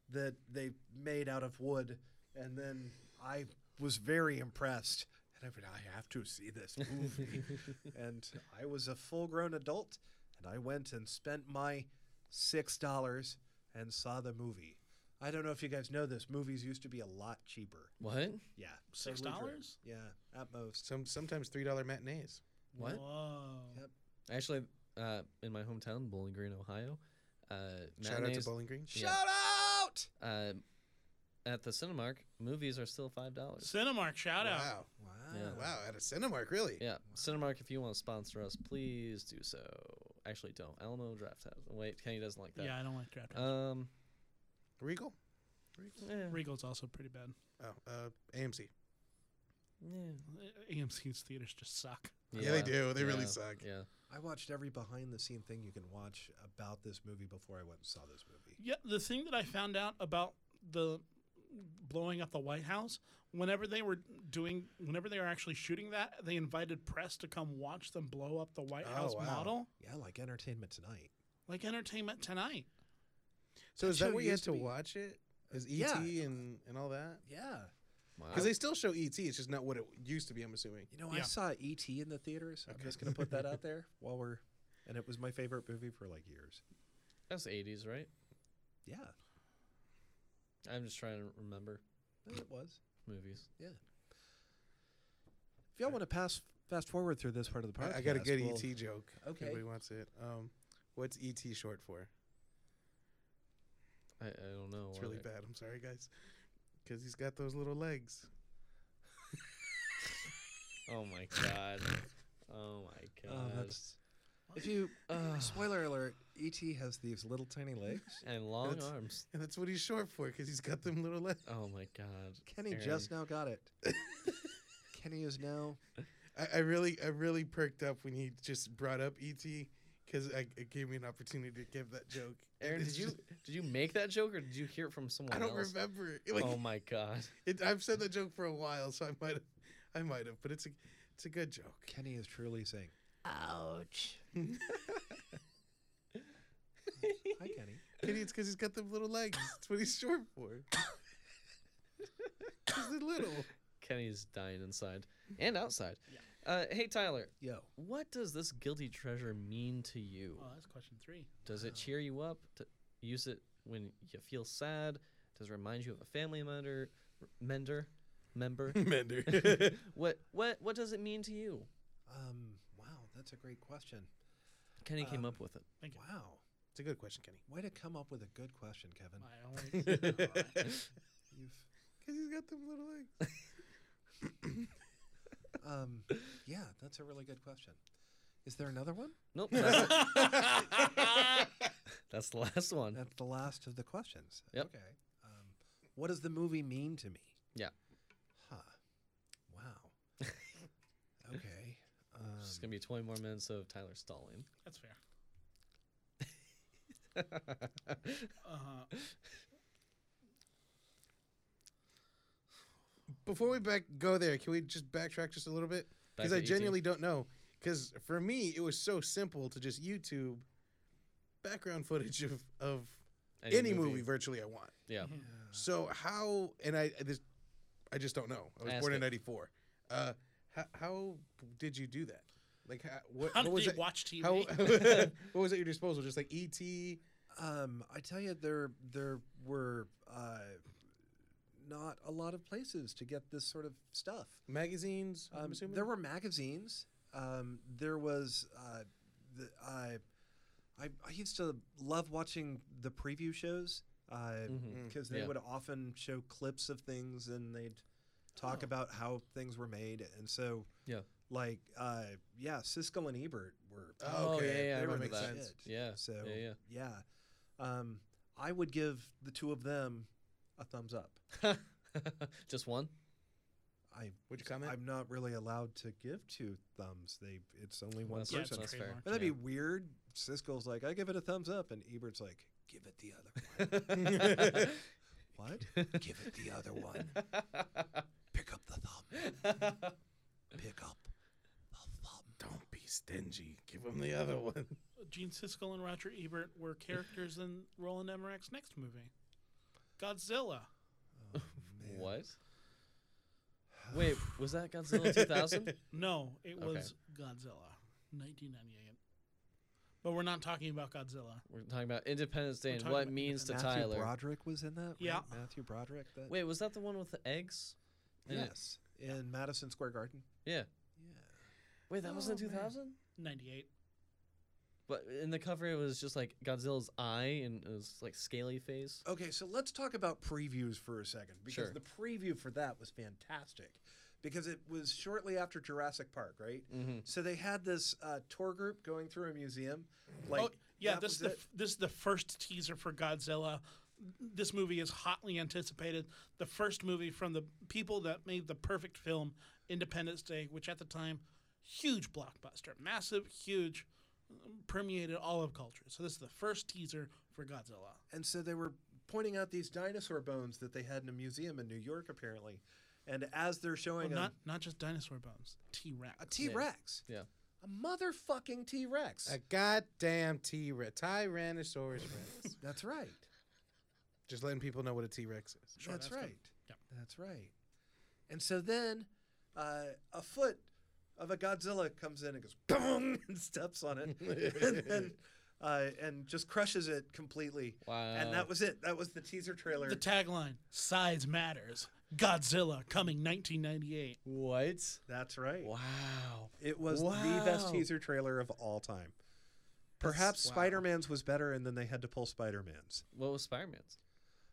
Speaker 4: that they made out of wood, and then I was very impressed, and I went, I have to see this movie, and I was a full grown adult, and I went and spent my six dollars and saw the movie. I don't know if you guys know this. Movies used to be a lot cheaper.
Speaker 1: What?
Speaker 4: Yeah,
Speaker 2: Six
Speaker 4: totally true.
Speaker 2: dollars?
Speaker 4: Yeah, at most.
Speaker 5: Some sometimes three dollar matinees.
Speaker 1: What?
Speaker 2: Whoa.
Speaker 4: Yep.
Speaker 1: Actually, uh, in my hometown, Bowling Green, Ohio, uh,
Speaker 5: Shout out to
Speaker 1: matinees-
Speaker 5: Bowling Green.
Speaker 1: Yeah.
Speaker 4: Shout out!
Speaker 1: uh, at the Cinemark, movies are still five dollars.
Speaker 2: Cinemark shout out.
Speaker 5: Wow,
Speaker 4: Wow.
Speaker 1: Yeah.
Speaker 5: wow, at a Cinemark, really?
Speaker 1: Yeah, Cinemark. If you want to sponsor us, please do so. Actually, don't. Alamo Draft House. Wait, Kenny doesn't like that.
Speaker 2: Yeah, I don't like draft.
Speaker 1: Um.
Speaker 5: Regal.
Speaker 3: Eh,
Speaker 1: Yeah.
Speaker 2: Regal's also pretty bad.
Speaker 5: Oh, uh, AMC.
Speaker 1: Yeah.
Speaker 2: A- AMC's theaters just suck.
Speaker 5: Yeah, they do. They really
Speaker 1: yeah,
Speaker 5: suck.
Speaker 1: Yeah.
Speaker 4: I watched every behind the scene thing you can watch about this movie before I went and saw this movie.
Speaker 2: Yeah, the thing that I found out about the blowing up the White House, whenever they were doing, whenever they were actually shooting that, they invited press to come watch them blow up the White
Speaker 6: Oh,
Speaker 2: House
Speaker 6: wow.
Speaker 2: model,
Speaker 4: Yeah, like Entertainment Tonight.
Speaker 2: like Entertainment Tonight.
Speaker 3: So
Speaker 4: That
Speaker 3: is that
Speaker 4: show
Speaker 3: where you had
Speaker 4: used
Speaker 3: to
Speaker 4: to be-
Speaker 3: watch it?
Speaker 5: E
Speaker 3: Is ET
Speaker 4: Yeah.
Speaker 3: and and all that?
Speaker 4: Yeah.
Speaker 1: Uh,
Speaker 3: Because they still show
Speaker 5: E
Speaker 3: ET. It's just not what it used to be. I'm assuming.
Speaker 4: You know, I
Speaker 2: Yeah.
Speaker 4: saw E.T. in the theaters. I'm just going to put that out there [LAUGHS] while we're. And it was my favorite movie for like years.
Speaker 1: That was 80s, right?
Speaker 4: Yeah,
Speaker 1: I'm just trying to remember
Speaker 4: it was.
Speaker 1: movies.
Speaker 4: If y'all want to pass fast forward through this part of the podcast,
Speaker 3: I, I got a good
Speaker 4: we'll-
Speaker 3: ET joke. if
Speaker 4: Okay.
Speaker 3: Everybody wants it. Um, what's ET short for?
Speaker 1: I, I don't know.
Speaker 3: It's
Speaker 1: why
Speaker 3: really
Speaker 1: I-
Speaker 3: bad. I'm sorry, guys. Because he's got those little legs.
Speaker 1: Oh my god. Oh
Speaker 3: [LAUGHS]
Speaker 1: my god.
Speaker 4: Oh, that's. If you uh,
Speaker 1: Ugh.
Speaker 4: spoiler alert, ET has these little tiny legs.
Speaker 1: and long
Speaker 3: that's-
Speaker 1: arms.
Speaker 3: And that's what he's short for, because he's got them little legs.
Speaker 1: Oh my god.
Speaker 4: Kenny
Speaker 1: Aaron.
Speaker 4: just now got
Speaker 1: [LAUGHS]
Speaker 4: it. Kenny is now.
Speaker 3: I, I really, I really perked up when he just brought up E ET, because it gave me an opportunity to give that joke. And
Speaker 1: Aaron,
Speaker 3: it's
Speaker 1: did you [LAUGHS]
Speaker 3: just-
Speaker 1: did you make that joke or did you hear it from someone
Speaker 3: I don't
Speaker 1: else?
Speaker 3: remember it. Like,
Speaker 1: oh my god.
Speaker 3: it, I've said that joke for a while, so I might have, I might have, but it's a, it's a good joke.
Speaker 4: Kenny is truly saying, "Ouch." Hi, Kenny.
Speaker 3: Kitty, it's because he's got them little legs. That's what he's short for. [LAUGHS] 'Cause they're little.
Speaker 1: Kenny's dying inside and outside. Uh, hey Tyler,
Speaker 4: Yo,
Speaker 1: what does this guilty treasure mean to you?
Speaker 2: Oh, that's question three.
Speaker 1: Does it cheer you up? To use it when you feel sad? Does it remind you of a family member? Mender,
Speaker 3: [LAUGHS]
Speaker 1: member.
Speaker 3: Mender.
Speaker 1: what what what does it mean to you?
Speaker 4: um, wow, that's a great question.
Speaker 1: Kenny came up with it.
Speaker 2: Thank you.
Speaker 4: Wow,
Speaker 3: It's a good question, Kenny.
Speaker 4: way to come up with a good question, Kevin.
Speaker 2: I [LAUGHS] always,
Speaker 4: You've,
Speaker 3: Because he's got them little legs.
Speaker 1: [LAUGHS]
Speaker 4: um, yeah, that's a really good question. Is there another one?
Speaker 1: Nope. That's, it. That's the last one.
Speaker 4: That's the last of the questions.
Speaker 1: Yep.
Speaker 4: Okay. Um, what does the movie mean to me?
Speaker 1: Yeah.
Speaker 4: Huh. Wow. [LAUGHS] okay. Um,
Speaker 1: It's gonna be 20 more minutes of Tyler stalling.
Speaker 2: that's
Speaker 3: [LAUGHS]
Speaker 2: fair. Uh,
Speaker 3: Before we back go there, can we just backtrack just a little bit?
Speaker 1: Back
Speaker 3: Because
Speaker 1: to
Speaker 3: I
Speaker 1: ET.
Speaker 3: genuinely don't know. Because for me, it was so simple to just YouTube background footage of, of any, movie. virtually I want.
Speaker 1: Yeah.
Speaker 3: So how and I this I just don't know. I was
Speaker 1: Ask
Speaker 3: born
Speaker 1: it.
Speaker 3: in '94. Uh, how, how did you do that? Like how, what,
Speaker 2: how
Speaker 3: what
Speaker 2: did
Speaker 3: was
Speaker 2: they
Speaker 3: it?
Speaker 2: watch
Speaker 1: E
Speaker 2: TV?
Speaker 3: How, [LAUGHS] what was at your disposal? Just like E ET.
Speaker 4: um, I tell you, there there were uh, not a lot of places to get this sort of stuff.
Speaker 3: magazines. I'm
Speaker 4: Um,
Speaker 3: assuming
Speaker 4: there were magazines. Um, there was uh, the, I, I I used to love watching the preview shows because
Speaker 1: Mhm.
Speaker 4: they
Speaker 1: Yeah.
Speaker 4: would often show clips of things and they'd talk about how things were made, and so
Speaker 1: Oh. Yeah.
Speaker 4: like uh, yeah, Siskel and Ebert were
Speaker 1: Oh, yeah, yeah, I
Speaker 3: that
Speaker 1: remember
Speaker 3: makes
Speaker 1: that.
Speaker 3: sense.
Speaker 1: Yeah.
Speaker 4: so
Speaker 1: yeah,
Speaker 4: yeah, Um, I would give the two of them a thumbs up.
Speaker 1: yeah. [LAUGHS] Just one.
Speaker 4: I
Speaker 3: Would you comment?
Speaker 4: I'm not really allowed to give two thumbs. They it's only one
Speaker 1: That's-
Speaker 2: yeah,
Speaker 4: person.
Speaker 1: that's fair.
Speaker 4: But that'd
Speaker 1: Yeah.
Speaker 4: be weird. Siskel's like, I give it a thumbs up, and Ebert's like, give it the other
Speaker 1: [LAUGHS]
Speaker 4: one. what? give it the other [LAUGHS] one. Pick up the thumb. Pick up the thumb.
Speaker 3: Don't be stingy. Give him the other one.
Speaker 2: Gene Siskel and Roger Ebert were characters in Roland Emmerich's next movie, Godzilla.
Speaker 4: Oh, [LAUGHS] Man.
Speaker 1: what? Wait, was that Godzilla
Speaker 3: [LAUGHS]
Speaker 1: 2000?
Speaker 2: No, it
Speaker 1: Okay.
Speaker 2: was Godzilla, 1998. But we're not talking about Godzilla.
Speaker 1: We're talking about Independence Day
Speaker 2: We're
Speaker 1: and
Speaker 2: talking
Speaker 1: what it
Speaker 2: about
Speaker 1: means to
Speaker 4: Matthew
Speaker 1: Tyler.
Speaker 4: Broderick was in that. right?
Speaker 2: Yeah.
Speaker 4: Matthew Broderick. That,
Speaker 1: Wait, was that the one with the eggs? in it?
Speaker 4: yes, in Madison Square Garden.
Speaker 1: Yeah.
Speaker 4: Yeah.
Speaker 1: Wait, that was in
Speaker 3: Oh, man.
Speaker 1: 2000?
Speaker 2: 98.
Speaker 1: But in the cover, it was just like Godzilla's eye and it was like scaly face.
Speaker 4: Okay, so let's talk about previews for a second because
Speaker 1: Sure.
Speaker 4: the preview for that was fantastic because it was shortly after Jurassic Park, right?
Speaker 1: Mhm.
Speaker 4: So they had this uh, tour group going through a museum. Like,
Speaker 2: oh, yeah,
Speaker 4: that
Speaker 2: this
Speaker 4: was
Speaker 2: is, the,
Speaker 4: it.
Speaker 2: f- this is the first teaser for Godzilla. This movie is hotly anticipated. The first movie from the people that made the perfect film, Independence Day, which at the time, huge blockbuster, massive, huge, permeated all of culture. So this is the first teaser for Godzilla.
Speaker 4: and so they were pointing out these dinosaur bones that they had in a museum in New York, apparently. And as they're showing
Speaker 2: Well,
Speaker 4: them-
Speaker 2: not not just dinosaur bones. T Rex.
Speaker 4: a T Rex,
Speaker 1: Yeah.
Speaker 4: a motherfucking T Rex.
Speaker 3: A goddamn T Rex. Tyrannosaurus Rex.
Speaker 4: That's right.
Speaker 3: Just letting people know what a T Rex is.
Speaker 2: Sure,
Speaker 4: that's,
Speaker 2: that's good.
Speaker 4: right.
Speaker 2: Yeah.
Speaker 4: That's right. And so then uh, a foot of a Godzilla comes in and goes boom [LAUGHS] and steps on it
Speaker 2: [LAUGHS]
Speaker 4: and, then, uh, and just crushes it completely.
Speaker 1: Wow.
Speaker 4: And that was it. That was the teaser trailer.
Speaker 2: Uh, The tagline: Size matters. Godzilla coming 1998.
Speaker 1: what?
Speaker 4: That's right.
Speaker 1: Wow.
Speaker 4: It was the best
Speaker 1: Wow.
Speaker 4: teaser trailer of all time. Perhaps Spider Man's was better, and then they had to pull Spider Man's.
Speaker 1: What was Spider Man's?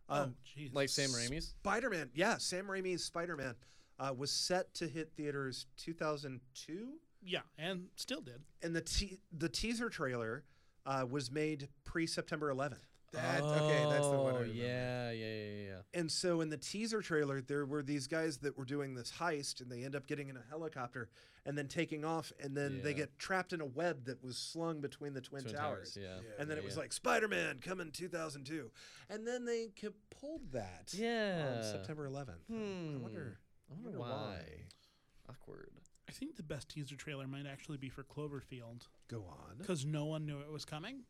Speaker 2: oh, jeez.
Speaker 1: Uh, Like Sam Raimi's?
Speaker 4: Spider Man, yeah, Sam Raimi's Spider Man uh, was set to hit theaters 2002,
Speaker 2: yeah, and still did.
Speaker 4: and the te- the teaser trailer uh, was made pre September 11th.
Speaker 3: That, okay, that's the one. I
Speaker 1: Oh,
Speaker 3: remember.
Speaker 1: yeah, yeah, yeah, yeah.
Speaker 4: And so in the teaser trailer, there were these guys that were doing this heist, and they end up getting in a helicopter and then taking off, and then they
Speaker 1: Yeah.
Speaker 4: get trapped in a web that was slung between the Twin,
Speaker 1: Twin
Speaker 4: Towers.
Speaker 1: Towers. Yeah.
Speaker 4: And then it
Speaker 1: Yeah,
Speaker 4: was
Speaker 1: yeah.
Speaker 4: like Spider Man coming 2002. And then they ca- pulled that
Speaker 1: Yeah.
Speaker 4: on September 11th.
Speaker 1: Hmm.
Speaker 4: I wonder,
Speaker 1: I wonder why. Awkward.
Speaker 2: I think the best teaser trailer might actually be for Cloverfield
Speaker 4: Go on.
Speaker 2: because no one knew it was coming.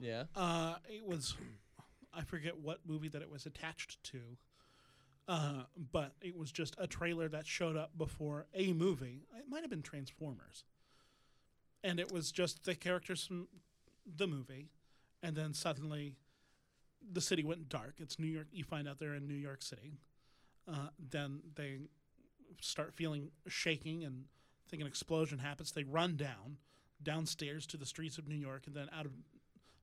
Speaker 1: Yeah.
Speaker 2: Uh, it was, I forget what movie that it was attached to, uh, but it was just a trailer that showed up before a movie. It might have been Transformers, and it was just the characters from the movie, and then suddenly, the city went dark. It's New York. You find out they're in New York City. Uh, then they start feeling shaking and think an explosion happens. They run down downstairs to the streets of New York, and then out of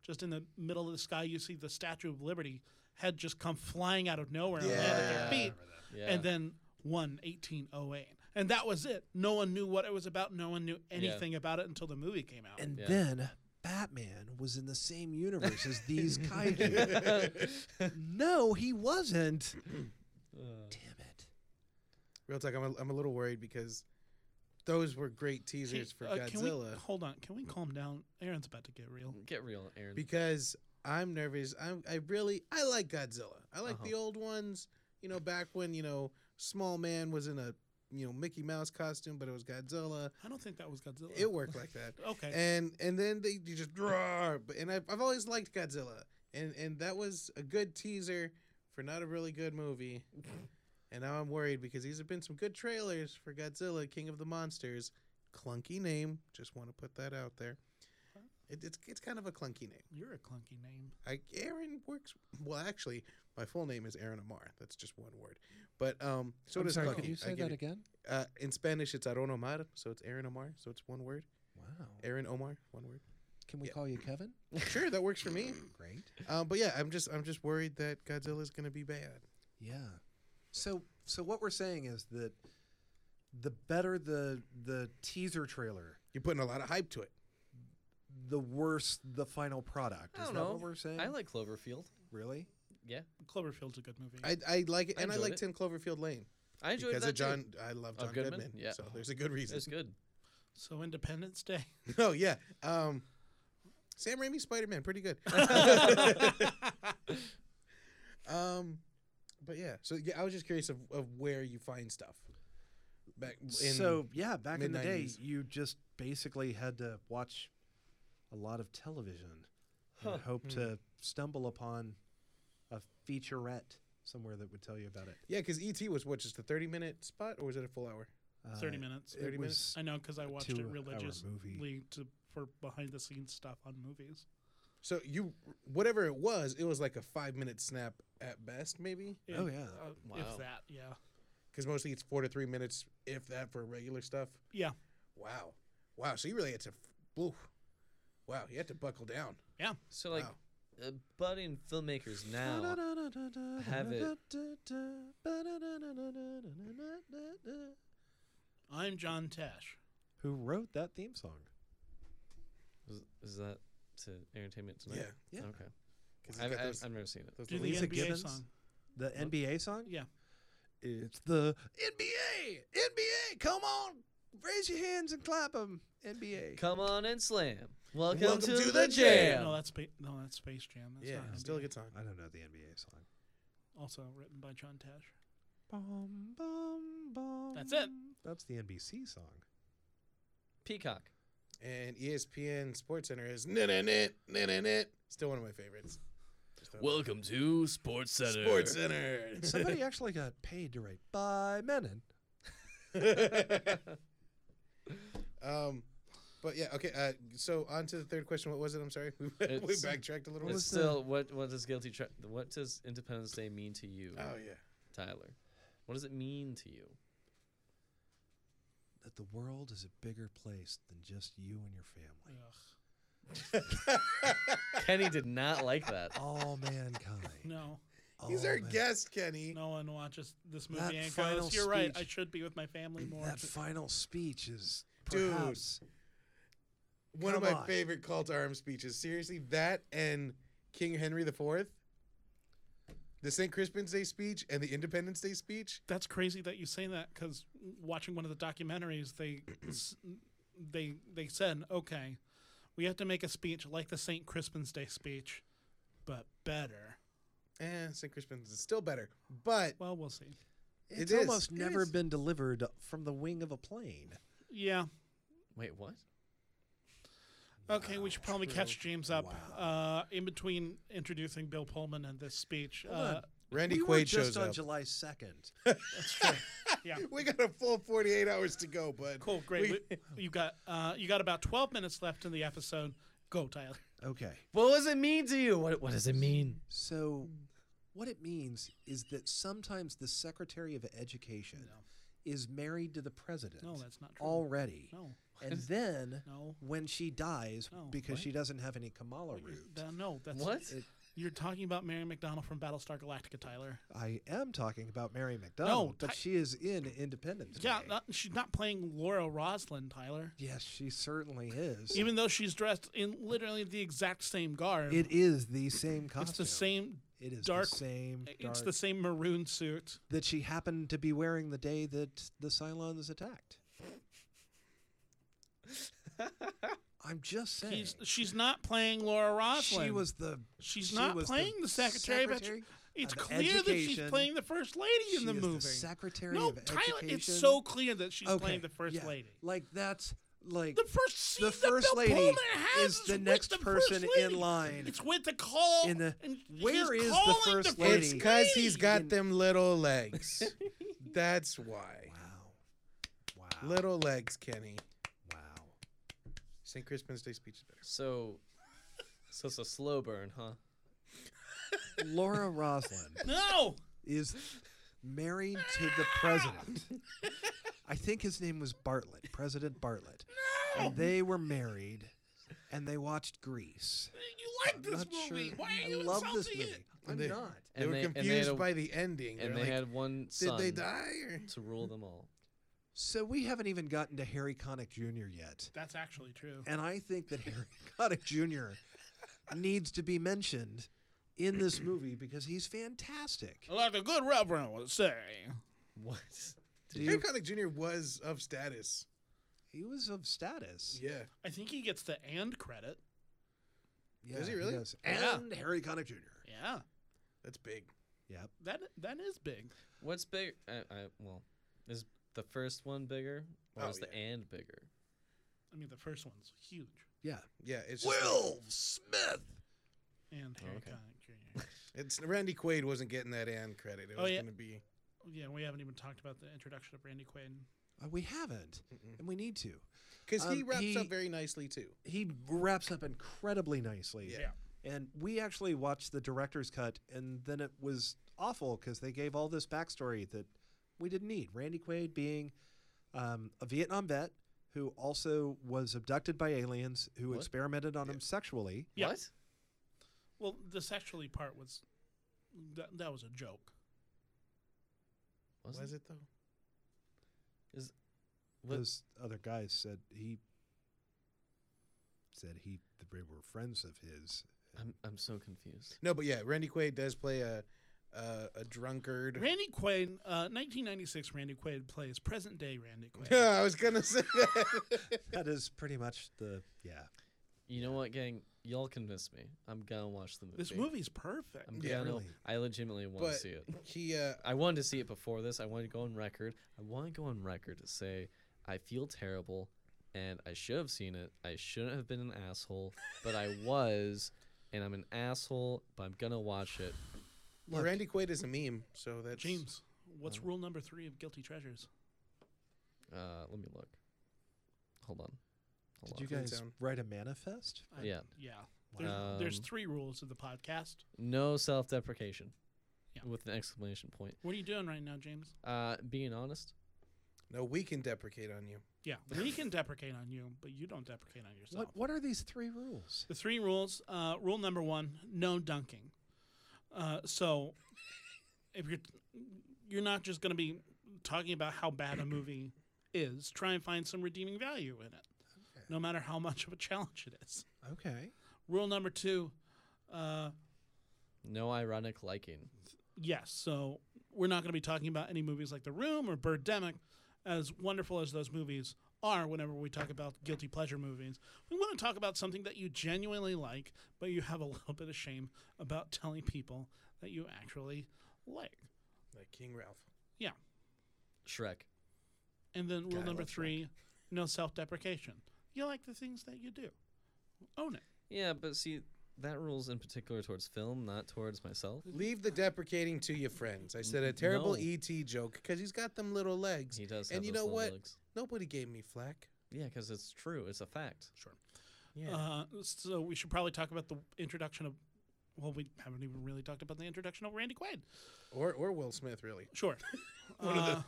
Speaker 2: just in the middle of the sky, you see the Statue of Liberty had just come flying out of nowhere and land at their
Speaker 1: Yeah.
Speaker 2: feet.
Speaker 1: Yeah.
Speaker 2: And then one eighteen oh eight, and that was it. No one knew what it was about. No one knew anything about it until the movie came out.
Speaker 4: And
Speaker 1: Yeah.
Speaker 4: then Batman was in the same universe as
Speaker 1: [LAUGHS]
Speaker 4: these kaiju. no, he wasn't. Damn it.
Speaker 3: Real talk, I'm a, I'm a little worried because those were great
Speaker 2: Hey,
Speaker 3: teasers for
Speaker 2: uh, Can we,
Speaker 3: Godzilla.
Speaker 2: hold on. Can we calm down? Aaron's about to get real.
Speaker 1: Get real, Aaron.
Speaker 3: Because I'm nervous. I'm, I really I like Godzilla. I like
Speaker 1: Uh-huh.
Speaker 3: the old ones. You know, back when you know small man was in a you know Mickey Mouse costume, but it was Godzilla.
Speaker 2: I don't think that was Godzilla.
Speaker 3: It worked like that.
Speaker 2: Okay.
Speaker 3: and and then they you just roar. But- And I've, I've always liked Godzilla, and and that was a good teaser for not a really good movie. And now I'm worried because these have been some good trailers for Godzilla, King of the Monsters. Clunky name, just want to put that out there. It, it's it's kind of a clunky name.
Speaker 2: You're a clunky name.
Speaker 3: I Aaron works well. Actually, my full name is Aaron Amar. That's just one word, but um, so does clunky. I get it.
Speaker 4: again?
Speaker 3: Uh, in Spanish, it's Aaron Omar, so it's Aaron Amar, so it's one word.
Speaker 4: Wow.
Speaker 3: Aaron Omar,
Speaker 1: [LAUGHS]
Speaker 3: one word.
Speaker 4: Can we call you Kevin?
Speaker 3: Sure, that works for me.
Speaker 4: Great.
Speaker 3: Um, but yeah, I'm just I'm just worried that Godzilla's gonna be bad.
Speaker 4: Yeah. So so what we're saying is that the better the the teaser trailer,
Speaker 3: You're putting a lot of hype to it.
Speaker 4: the worse the final product.
Speaker 1: I
Speaker 4: Is
Speaker 1: don't
Speaker 4: that
Speaker 1: know.
Speaker 4: what we're saying?
Speaker 1: I like Cloverfield.
Speaker 4: really?
Speaker 1: Yeah.
Speaker 2: Cloverfield's a good movie.
Speaker 3: I, I like it,
Speaker 1: I
Speaker 3: and I,
Speaker 1: enjoyed
Speaker 3: like
Speaker 1: it.
Speaker 3: Ten Cloverfield Lane
Speaker 1: I enjoyed
Speaker 3: because
Speaker 1: that
Speaker 3: of John.
Speaker 1: Too.
Speaker 3: I love
Speaker 1: Oh,
Speaker 3: John
Speaker 1: Goodman?
Speaker 3: Goodman.
Speaker 1: Yeah.
Speaker 3: So there's a good reason.
Speaker 1: It's good.
Speaker 2: so Independence Day. [LAUGHS]
Speaker 3: [LAUGHS] oh yeah. Um, Sam Raimi Spider Man, pretty good. um, but yeah. So yeah, I was just curious of, of where you find stuff. Back in,
Speaker 4: so yeah, back in the day,
Speaker 3: mid-nineties.
Speaker 4: you just basically had to watch a lot of television
Speaker 1: Huh.
Speaker 4: and hope to stumble upon a featurette somewhere that would tell you about it.
Speaker 3: yeah, because ET was what just a 30 minute spot, or was it a full hour?
Speaker 4: Uh,
Speaker 2: Thirty minutes.
Speaker 4: It
Speaker 3: 30
Speaker 4: was
Speaker 3: minutes?
Speaker 2: I know because I
Speaker 4: a
Speaker 2: watched it
Speaker 4: two-hour
Speaker 2: religiously
Speaker 4: movie.
Speaker 2: to, for behind the scenes stuff on movies.
Speaker 3: So you whatever it was, it was like a five minute snap at best, maybe.
Speaker 4: Oh, yeah.
Speaker 2: uh,
Speaker 1: Wow.
Speaker 2: if that, yeah,
Speaker 3: because mostly it's four to three minutes, if that, for regular stuff.
Speaker 2: yeah,
Speaker 3: Wow, wow. So you really had to, f- oof. wow, you had to buckle down.
Speaker 1: So like,
Speaker 3: Wow.
Speaker 1: uh, budding filmmakers now. have it.
Speaker 2: I'm John Tesh.
Speaker 4: Who wrote that theme song?
Speaker 1: Is, is that to entertainment tonight?
Speaker 3: Yeah.
Speaker 4: Yeah.
Speaker 1: Okay. I've,
Speaker 3: 'Cause it's got
Speaker 1: I've,
Speaker 3: those-
Speaker 1: I've never seen it.
Speaker 3: those
Speaker 2: Do
Speaker 3: little-
Speaker 2: the
Speaker 4: Lisa
Speaker 2: NBA
Speaker 4: Gibbons?
Speaker 2: song.
Speaker 4: The NBA song?
Speaker 2: Yeah,
Speaker 4: It's the NBA! NBA! Come on! Raise your hands and clap them! NBA.
Speaker 1: Come on and slam. Welcome,
Speaker 7: Welcome
Speaker 1: to,
Speaker 7: to
Speaker 1: the
Speaker 7: the
Speaker 1: jam.
Speaker 2: No, that's spa- no, that's Space Jam. That's
Speaker 3: yeah,
Speaker 2: not
Speaker 3: still a
Speaker 2: NBA.
Speaker 3: good song.
Speaker 4: I don't know the NBA song.
Speaker 2: Also written by John Tash.
Speaker 4: Bum, bum, bum.
Speaker 2: That's it.
Speaker 4: That's the NBC song.
Speaker 1: Peacock.
Speaker 3: And E ESPN Sports Center is nit nit Still one of my favorites. Just thought-
Speaker 1: Welcome to Sports Center.
Speaker 3: Sports Center.
Speaker 4: Somebody actually got paid to write by Menon.
Speaker 3: [LAUGHS] um, but yeah, okay. Uh, so on to the third question. What was it? I'm sorry, [LAUGHS] we, we
Speaker 1: It's-
Speaker 3: backtracked a little bit.
Speaker 1: It's still what? What does guilty? Tra- what does Independence Day mean to you,
Speaker 3: Oh yeah.
Speaker 1: Tyler? What does it mean to you?
Speaker 4: That the world is a bigger place than just you and your family.
Speaker 2: Ugh.
Speaker 1: Kenny did not like
Speaker 3: [LAUGHS]
Speaker 1: that.
Speaker 4: All mankind.
Speaker 2: [LAUGHS] No,
Speaker 3: He's
Speaker 4: all
Speaker 3: our
Speaker 4: Oh, man-
Speaker 3: guest, Kenny.
Speaker 2: no one watches this movie
Speaker 4: That
Speaker 2: and
Speaker 4: final
Speaker 2: goes, "You're right. I
Speaker 4: speech- Mm,
Speaker 2: should be with my family more."
Speaker 4: That final speech is
Speaker 3: Dude.
Speaker 4: perhaps
Speaker 3: One of
Speaker 4: Come
Speaker 3: my
Speaker 4: on.
Speaker 3: favorite call to arms speeches. Seriously, that and King Henry IV, the St. Crispin's Day speech, and the Independence Day speech.
Speaker 2: That's crazy that you say that because watching one of the documentaries,
Speaker 4: [CLEARS THROAT]
Speaker 2: they s- they they said, "Okay, we have to make a speech like the St. Crispin's Day speech, but better."
Speaker 3: Eh, St. Crispin's is still better, but
Speaker 2: Well, we'll see.
Speaker 3: It
Speaker 4: it's
Speaker 3: is.
Speaker 4: almost
Speaker 3: It
Speaker 4: never
Speaker 3: is.
Speaker 4: been delivered from the wing of a plane.
Speaker 2: Yeah.
Speaker 1: Wait, what?
Speaker 2: Okay, we should probably catch James up uh, in between introducing Bill Pullman and this speech.
Speaker 4: on.
Speaker 2: Uh,
Speaker 3: Randy
Speaker 4: we were
Speaker 3: Quaid
Speaker 4: just
Speaker 3: shows
Speaker 4: on
Speaker 3: up.
Speaker 4: July second.
Speaker 2: yeah.
Speaker 3: [LAUGHS] we got a full 48 hours to go, bud.
Speaker 2: Cool. Great. We- you got uh, you got about twelve minutes left in the episode. Go, Tyler.
Speaker 4: Okay.
Speaker 1: What does it mean to you? What What does it mean?
Speaker 4: So, what it means is that sometimes the Secretary of Education is married to the president.
Speaker 2: No, that's not true.
Speaker 4: Already.
Speaker 2: No.
Speaker 4: And then
Speaker 2: [LAUGHS] No.
Speaker 4: when she dies,
Speaker 2: No,
Speaker 4: because
Speaker 2: what?
Speaker 4: she doesn't have any Kamala root,
Speaker 2: Uh, no. That's
Speaker 1: What?
Speaker 4: it-
Speaker 2: You're talking about Mary McDonald from Battlestar Galactica, Tyler.
Speaker 4: I am talking about Mary McDonald, but
Speaker 2: Ty-
Speaker 4: she is in Independence
Speaker 2: Yeah,
Speaker 4: Day.
Speaker 2: not, she's not playing Laura Roslin, Tyler.
Speaker 4: yes, she certainly is.
Speaker 2: Even though she's dressed in literally the exact same garb,
Speaker 4: it is the same costume.
Speaker 2: it's the same.
Speaker 4: It is
Speaker 2: dark-
Speaker 4: the same.
Speaker 2: It's
Speaker 4: dark-
Speaker 2: the same maroon suit.
Speaker 4: that she happened to be wearing the day that the
Speaker 2: [LAUGHS]
Speaker 4: Cylons attacked. I'm just saying.
Speaker 2: He's, she's not playing Laura Roslin.
Speaker 4: she was the.
Speaker 2: She's
Speaker 4: she
Speaker 2: not
Speaker 4: was
Speaker 2: playing the, Secretary, of Edu- It's
Speaker 4: of
Speaker 2: clear that she's
Speaker 4: Education.
Speaker 2: playing the First Lady in
Speaker 4: She
Speaker 2: the
Speaker 4: is
Speaker 2: movie.
Speaker 4: Secretary
Speaker 2: no,
Speaker 4: of Education.
Speaker 2: Tyler, it's so clear that she's
Speaker 4: Okay,
Speaker 2: playing the First
Speaker 4: yeah.
Speaker 2: Lady.
Speaker 4: Like that's like
Speaker 2: The first scene
Speaker 4: The
Speaker 2: that
Speaker 4: First
Speaker 2: Bill
Speaker 4: Lady
Speaker 2: Pullman has
Speaker 4: is the
Speaker 2: with
Speaker 4: next
Speaker 2: the First
Speaker 4: person in
Speaker 2: Lady.
Speaker 4: line.
Speaker 2: It's with the call.
Speaker 4: In the-
Speaker 2: and
Speaker 4: Where
Speaker 2: he's
Speaker 4: is the
Speaker 2: calling
Speaker 4: First
Speaker 2: First
Speaker 4: Lady?
Speaker 3: It's because he's
Speaker 2: Lady.
Speaker 3: got
Speaker 4: In-
Speaker 3: them little legs. That's why.
Speaker 4: wow, wow,
Speaker 3: Little legs, Kenny.
Speaker 4: wow.
Speaker 3: St. Crispin's Day speech is better.
Speaker 1: So, so it's a slow burn, huh?
Speaker 4: Laura Roslin
Speaker 2: No.
Speaker 4: is married to the president. I think his name was Bartlett, President Bartlett. [LAUGHS] And they were married, and they watched Grease.
Speaker 2: You like this
Speaker 4: Not
Speaker 2: movie.
Speaker 4: sure.
Speaker 2: Why are
Speaker 4: I
Speaker 2: you
Speaker 4: love
Speaker 2: insulting
Speaker 4: this movie.
Speaker 2: it?
Speaker 4: I'm
Speaker 3: They-
Speaker 4: not.
Speaker 3: They
Speaker 1: and
Speaker 3: were
Speaker 1: they
Speaker 3: confused
Speaker 1: had a-
Speaker 3: by the ending.
Speaker 1: And
Speaker 3: They're
Speaker 1: they
Speaker 3: like,
Speaker 1: had one
Speaker 3: did
Speaker 1: son
Speaker 3: they die? Or?
Speaker 1: to rule them all. [LAUGHS]
Speaker 4: So we haven't even gotten to Harry Connick Jr. yet,
Speaker 2: That's actually true.
Speaker 4: and I think that Harry [LAUGHS] Connick Jr. needs to be mentioned in this movie because he's fantastic.
Speaker 2: Like a good reverend would say.
Speaker 1: What?
Speaker 4: Do
Speaker 3: Harry
Speaker 4: you-
Speaker 3: Connick Jr. was of status.
Speaker 4: he was of status.
Speaker 3: Yeah.
Speaker 2: I think he gets the and credit.
Speaker 4: Yeah,
Speaker 3: Is he really?
Speaker 4: does.
Speaker 2: Yeah.
Speaker 4: And Harry Connick Jr.
Speaker 2: Yeah.
Speaker 3: That's big.
Speaker 4: Yep.
Speaker 2: That that is big.
Speaker 1: What's big? I, I, well, is the first one bigger, or
Speaker 3: Oh,
Speaker 1: is the and bigger?
Speaker 2: I mean, the first one's huge.
Speaker 4: Yeah.
Speaker 3: Yeah, it's just
Speaker 4: Will Smith.
Speaker 2: And Harry
Speaker 1: okay.
Speaker 2: Connick
Speaker 4: [LAUGHS]
Speaker 2: Jr.
Speaker 3: it's Randy Quaid wasn't getting that and credit. It
Speaker 2: Oh,
Speaker 3: was
Speaker 2: yeah.
Speaker 3: gonna be
Speaker 2: yeah, we haven't even talked about the introduction of Randy Quaid.
Speaker 4: Uh, we haven't, and we need to.
Speaker 3: because he
Speaker 4: Um,
Speaker 3: wraps
Speaker 4: he-
Speaker 3: up very nicely too.
Speaker 4: He wraps up incredibly nicely.
Speaker 3: Yeah.
Speaker 2: Yeah.
Speaker 4: And we actually watched the director's cut, and then it was awful because they gave all this backstory that we didn't need. Randy Quaid being um, a Vietnam vet who also was abducted by aliens who
Speaker 1: What?
Speaker 4: experimented on him sexually.
Speaker 2: Yeah.
Speaker 1: What?
Speaker 2: Well, the sexually part was that, that was a joke.
Speaker 1: Was
Speaker 3: Was
Speaker 1: it?
Speaker 3: it though?
Speaker 1: Is what?
Speaker 4: Those other guys said he said he that they were friends of his.
Speaker 1: I'm I'm so confused.
Speaker 3: No, but yeah, Randy Quaid does play a a, a drunkard. [LAUGHS]
Speaker 2: Randy Quaid, uh, 1996. Randy Quaid plays
Speaker 3: [LAUGHS]
Speaker 2: present day Randy Quaid.
Speaker 3: I was gonna say that.
Speaker 4: that is pretty much the yeah.
Speaker 1: You know what, gang? Y'all convinced me. I'm gonna watch the movie.
Speaker 2: This movie's perfect.
Speaker 1: I'm
Speaker 3: Yeah,
Speaker 1: gonna.
Speaker 4: really.
Speaker 1: I legitimately want to
Speaker 3: But-
Speaker 1: see it.
Speaker 3: He uh,
Speaker 1: I wanted to see it before this. I wanted to go on record. I want to go on record to say I feel terrible, and I should have seen it. I shouldn't have been an asshole, but
Speaker 3: [LAUGHS]
Speaker 1: I was, and I'm an asshole. But I'm gonna watch it.
Speaker 2: Look.
Speaker 3: Randy Quaid is a meme, so that's
Speaker 2: James, what's rule number three of Guilty Treasures?
Speaker 1: Uh, let me look. Hold on. Hold
Speaker 4: Did you
Speaker 1: on.
Speaker 3: Lock it
Speaker 4: guys
Speaker 3: down.
Speaker 4: write a manifest?
Speaker 2: I-
Speaker 1: Yeah.
Speaker 2: Yeah. There's, there's
Speaker 1: Um,
Speaker 2: three rules of the podcast.
Speaker 1: No self-deprecation.
Speaker 2: Yeah.
Speaker 1: With an exclamation point.
Speaker 2: What are you doing right now, James?
Speaker 1: Uh, being honest.
Speaker 3: No, we can deprecate on you.
Speaker 2: Yeah, we can deprecate on you, but you don't deprecate on yourself.
Speaker 4: What What are these three rules?
Speaker 2: The three rules. Uh, rule number one: no dunking. Uh, so, if you're you're not just going to be talking about how bad a movie is, try and find some redeeming value in it, no matter how much of a challenge it is.
Speaker 4: Okay.
Speaker 2: Rule number two: uh,
Speaker 1: No ironic liking.
Speaker 2: yes. So we're not going to be talking about any movies like The Room or Birdemic, as wonderful as those movies are. Whenever we talk about guilty pleasure movies, we want to talk about something that you genuinely like, but you have a [LAUGHS] little bit of shame about telling people that you actually like.
Speaker 3: Like King Ralph.
Speaker 1: Shrek.
Speaker 2: And then rule
Speaker 3: God, I
Speaker 2: number
Speaker 3: love Shrek.
Speaker 2: three: no self-deprecation. You like the things that you do. Own it.
Speaker 1: Yeah, but see, that rule's in particular towards film, not towards myself.
Speaker 3: Leave the deprecating to your friends. I said a terrible
Speaker 1: No.
Speaker 3: ET joke because he's got them little legs.
Speaker 1: He does. Have
Speaker 3: And you
Speaker 1: those
Speaker 3: know
Speaker 1: little
Speaker 3: what?
Speaker 1: legs.
Speaker 3: Nobody gave me flack.
Speaker 1: Yeah, because it's true. It's a fact.
Speaker 3: Yeah.
Speaker 2: Uh, so we should probably talk about the introduction of. Well, we haven't even really talked about the introduction of Randy Quaid.
Speaker 3: Or or Will Smith really.
Speaker 2: [LAUGHS] Sure.
Speaker 3: One of the-
Speaker 2: Uh,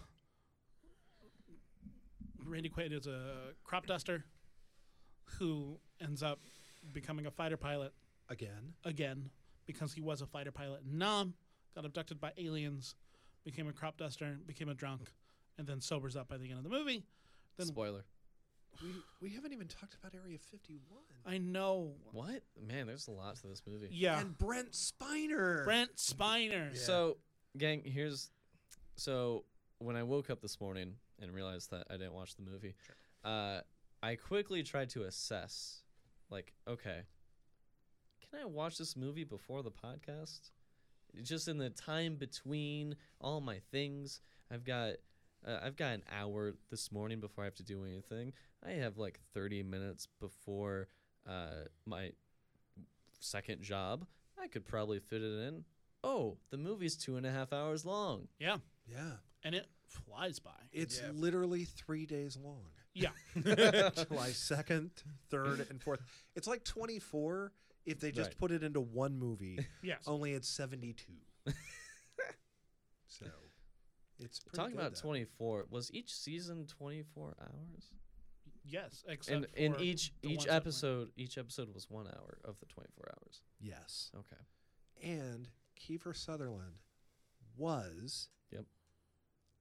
Speaker 2: Randy Quaid is a crop duster who ends up becoming a fighter pilot
Speaker 4: Again.
Speaker 2: again because he was a fighter pilot in Nam, got abducted by aliens, became a crop duster, became a drunk, and then sobers up by the end of the movie. Then-
Speaker 1: Spoiler.
Speaker 4: We we haven't even talked about Area 51.
Speaker 2: I know.
Speaker 1: What? Man, there's a lot to this movie.
Speaker 2: Yeah.
Speaker 4: And Brent Spiner.
Speaker 2: Brent Spiner.
Speaker 1: So, gang, here's. So, when I woke up this morning and realized that I didn't watch the movie, uh, I quickly tried to assess, like, okay, can I watch this movie before the podcast? Just in the time between all my things, I've got. Uh, I've got an hour this morning before I have to do anything. I have like 30 minutes before uh, my second job. I could probably fit it in oh, the movie's two and a half hours long.
Speaker 2: Yeah.
Speaker 4: Yeah.
Speaker 2: And it flies by.
Speaker 3: [LAUGHS]
Speaker 4: It's
Speaker 3: Yeah.
Speaker 4: literally three days [LAUGHS] long.
Speaker 2: Yeah.
Speaker 4: July 2nd, 3rd, and 4th. It's like 24 if they just
Speaker 1: Right.
Speaker 4: put it into one movie,
Speaker 1: [LAUGHS]
Speaker 2: yes.
Speaker 4: only it's 72. so it's pretty
Speaker 1: Talking
Speaker 4: good,
Speaker 1: about
Speaker 4: though.
Speaker 1: 24, was each season 24 hours?
Speaker 2: Yes. Except
Speaker 1: And in
Speaker 2: for
Speaker 1: each
Speaker 2: the ones
Speaker 1: each
Speaker 2: that weren't.
Speaker 1: episode, each episode was 1 hour of the 24 hours.
Speaker 4: Yes.
Speaker 1: Okay.
Speaker 4: And Kiefer Sutherland was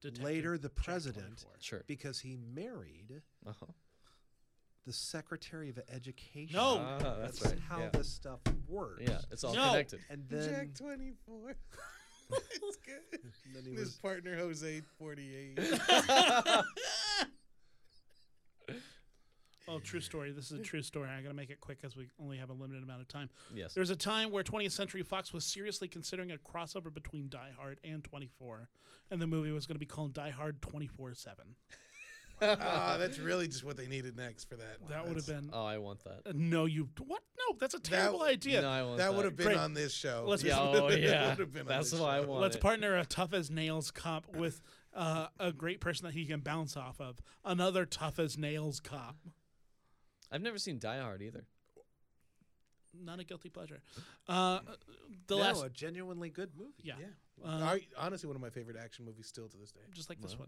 Speaker 2: Detective
Speaker 4: later the
Speaker 2: Jack
Speaker 4: president
Speaker 2: 24.
Speaker 1: Sure.
Speaker 4: because he married
Speaker 1: Uh-huh.
Speaker 4: the Secretary of Education.
Speaker 2: No.
Speaker 1: Ah,
Speaker 4: Oh, That's,
Speaker 1: that's right.
Speaker 4: how
Speaker 1: yeah.
Speaker 4: this stuff works.
Speaker 1: Yeah, it's all
Speaker 2: No.
Speaker 1: connected.
Speaker 4: And then,
Speaker 3: Jack twenty four. it's good.
Speaker 4: and then he
Speaker 3: His
Speaker 4: was
Speaker 3: partner Jose forty eight.
Speaker 2: Oh, true story. This is a true story. I got to make it quick because we only have a limited amount of time.
Speaker 1: Yes.
Speaker 2: There was a time where 20th Century Fox was seriously considering a crossover between Die Hard and 24, and the movie was going to be called Die Hard 24 7.
Speaker 3: Ah, that's really just what they needed next for that.
Speaker 2: That would have
Speaker 3: That's-
Speaker 2: been.
Speaker 1: Oh, I want that.
Speaker 2: uh, no, you. What? No, that's a terrible idea.
Speaker 1: No, I want that.
Speaker 3: That would have been
Speaker 2: Great.
Speaker 3: on this show.
Speaker 2: Let's- [LAUGHS]
Speaker 3: [LAUGHS]
Speaker 1: Yeah, oh,
Speaker 3: That
Speaker 1: yeah.
Speaker 3: would've been on
Speaker 1: That's
Speaker 3: this
Speaker 1: what I
Speaker 3: show.
Speaker 1: want.
Speaker 2: Let's
Speaker 1: it.
Speaker 2: partner a tough as nails cop with uh, a great person that he can bounce off of. Another tough as nails cop.
Speaker 1: I've never seen Die Hard either.
Speaker 2: Not a guilty pleasure. Uh, the
Speaker 4: no,
Speaker 2: last.
Speaker 4: a genuinely good movie.
Speaker 2: Yeah.
Speaker 3: Yeah.
Speaker 2: Uh,
Speaker 3: I- honestly, one of my favorite action movies still to this day.
Speaker 2: just like this one.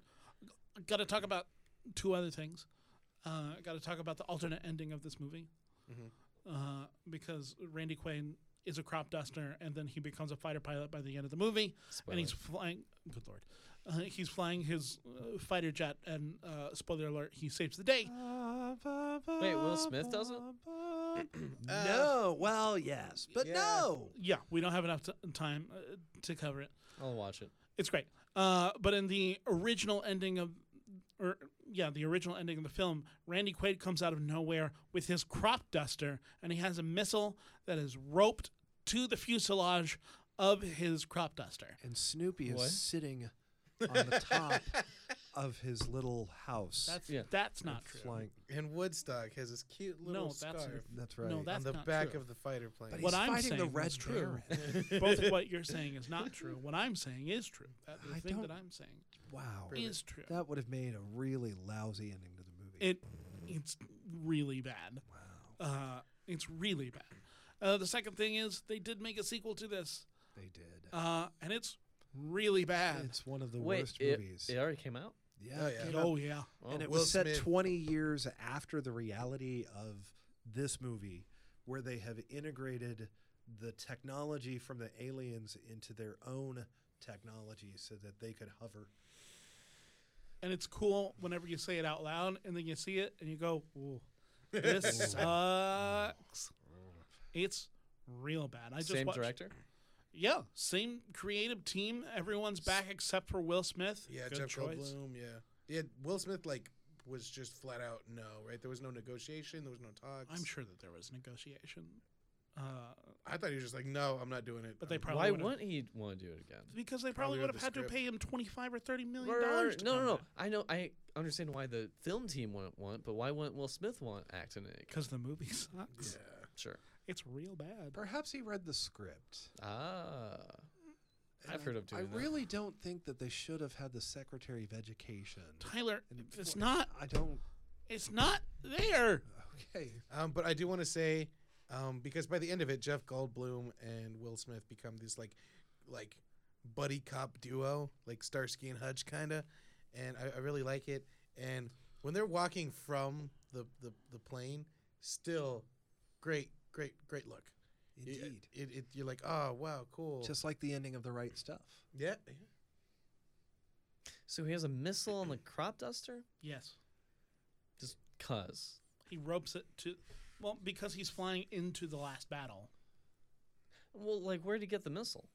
Speaker 2: Got to talk about two other things. Uh, Got to talk about the alternate ending of this movie
Speaker 3: Mhm.
Speaker 2: uh, because Randy Quaid is a crop duster and then he becomes a fighter pilot by the end of the movie,
Speaker 1: Spoiler.
Speaker 2: and he's flying. Good lord, uh, he's flying his uh, fighter jet, and uh, spoiler alert, he saves the day.
Speaker 4: Uh.
Speaker 1: Wait, Will Smith doesn't?
Speaker 4: [CLEARS THROAT] no. Well, yes, but
Speaker 3: yeah.
Speaker 4: no.
Speaker 2: Yeah, we don't have enough t- time uh, to cover it.
Speaker 1: I'll watch it.
Speaker 2: It's great. Uh, but in the original ending of, or yeah, the original ending of the film, Randy Quaid comes out of nowhere with his crop duster and he has a missile that is roped to the fuselage of his crop duster.
Speaker 4: And Snoopy is
Speaker 1: What?
Speaker 4: sitting [LAUGHS] on the top of his little house.
Speaker 2: That's
Speaker 1: Yeah.
Speaker 2: that's not
Speaker 4: and
Speaker 2: true.
Speaker 4: Flying.
Speaker 3: And Woodstock has this cute
Speaker 2: No,
Speaker 3: little
Speaker 2: that's
Speaker 3: scarf
Speaker 4: That's right.
Speaker 2: No, that's
Speaker 3: on the
Speaker 2: not
Speaker 3: back
Speaker 2: true.
Speaker 3: of the fighter plane.
Speaker 4: but
Speaker 2: what
Speaker 4: he's
Speaker 2: I'm
Speaker 4: fighting the
Speaker 2: saying
Speaker 4: red
Speaker 2: was true.
Speaker 4: bear.
Speaker 2: Both of what you're saying is not true. What I'm saying is
Speaker 4: [LAUGHS]
Speaker 2: true. That, the
Speaker 4: I
Speaker 2: thing
Speaker 4: don't-
Speaker 2: that I'm saying
Speaker 4: [LAUGHS] [LAUGHS] Wow.
Speaker 2: is true.
Speaker 4: That would have made a really lousy ending to the movie.
Speaker 2: It it's really bad.
Speaker 4: wow.
Speaker 2: Uh, it's really bad. Uh, the second thing is they did make a sequel to this,
Speaker 4: They did.
Speaker 2: uh, and it's really bad.
Speaker 4: it's one of the
Speaker 1: Wait,
Speaker 4: worst
Speaker 1: it,
Speaker 4: movies.
Speaker 1: it already came out.
Speaker 4: yeah.
Speaker 3: Oh,
Speaker 4: it
Speaker 3: yeah.
Speaker 4: came out-
Speaker 2: oh yeah,
Speaker 1: Oh.
Speaker 4: and it
Speaker 3: Will
Speaker 4: was set
Speaker 3: Smith.
Speaker 4: 20 years after the reality of this movie where they have integrated the technology from the aliens into their own technology so that they could hover
Speaker 2: and it's cool whenever you say it out loud, and then you see it, and you go, "Ooh,
Speaker 3: [LAUGHS]
Speaker 2: this sucks."
Speaker 4: Oh.
Speaker 2: It's real bad. I just
Speaker 1: Same
Speaker 2: watched,
Speaker 1: director.
Speaker 2: Yeah, same creative team. Everyone's back except for Will Smith.
Speaker 3: yeah,
Speaker 2: Good
Speaker 3: Jeff
Speaker 2: choice.
Speaker 3: Goldblum. Yeah, yeah. Will Smith like was just flat out no. Right? There was no negotiation. There was no talks.
Speaker 2: I'm sure that there was negotiation, uh,
Speaker 3: I thought he was just like, no, I'm not doing it.
Speaker 2: but they
Speaker 3: I'm-
Speaker 2: probably
Speaker 1: Why
Speaker 2: would've-
Speaker 1: wouldn't he want to do it again?
Speaker 2: because they
Speaker 3: Probably
Speaker 2: probably
Speaker 3: read
Speaker 2: would have
Speaker 3: the
Speaker 2: had to
Speaker 3: script.
Speaker 2: pay him twenty five or thirty million
Speaker 1: Right, right,
Speaker 2: dollars.
Speaker 1: right. No, no, no. I know. I understand why the film team wouldn't want, but why wouldn't Will Smith want acting in it?
Speaker 2: Because the movie [LAUGHS] sucks.
Speaker 3: Yeah.
Speaker 1: Sure.
Speaker 2: It's real bad.
Speaker 4: perhaps he read the script
Speaker 1: Ah, I've heard of
Speaker 4: i
Speaker 1: doing that.
Speaker 4: really don't think that they should have had the secretary of education
Speaker 2: Tyler,
Speaker 4: And
Speaker 2: it's
Speaker 4: for-
Speaker 2: not.
Speaker 4: i don't
Speaker 2: It's not there.
Speaker 4: okay
Speaker 3: Um, but I do want to say, um, because by the end of it, Jeff Goldblum and Will Smith become this like, like, buddy cop duo, like Starsky and Hutch kind of, and I, I really like it. And when they're walking from the the, the plane, still, great, great, great look. It-
Speaker 4: indeed
Speaker 3: It, it, you're like, oh wow, cool.
Speaker 4: just like the ending of the right stuff
Speaker 3: yeah.
Speaker 1: So he has a missile on the crop duster,
Speaker 2: Yes,
Speaker 1: just cause.
Speaker 2: he ropes it to. Well, because he's flying into the last battle.
Speaker 1: Well, like where'd he get the missile?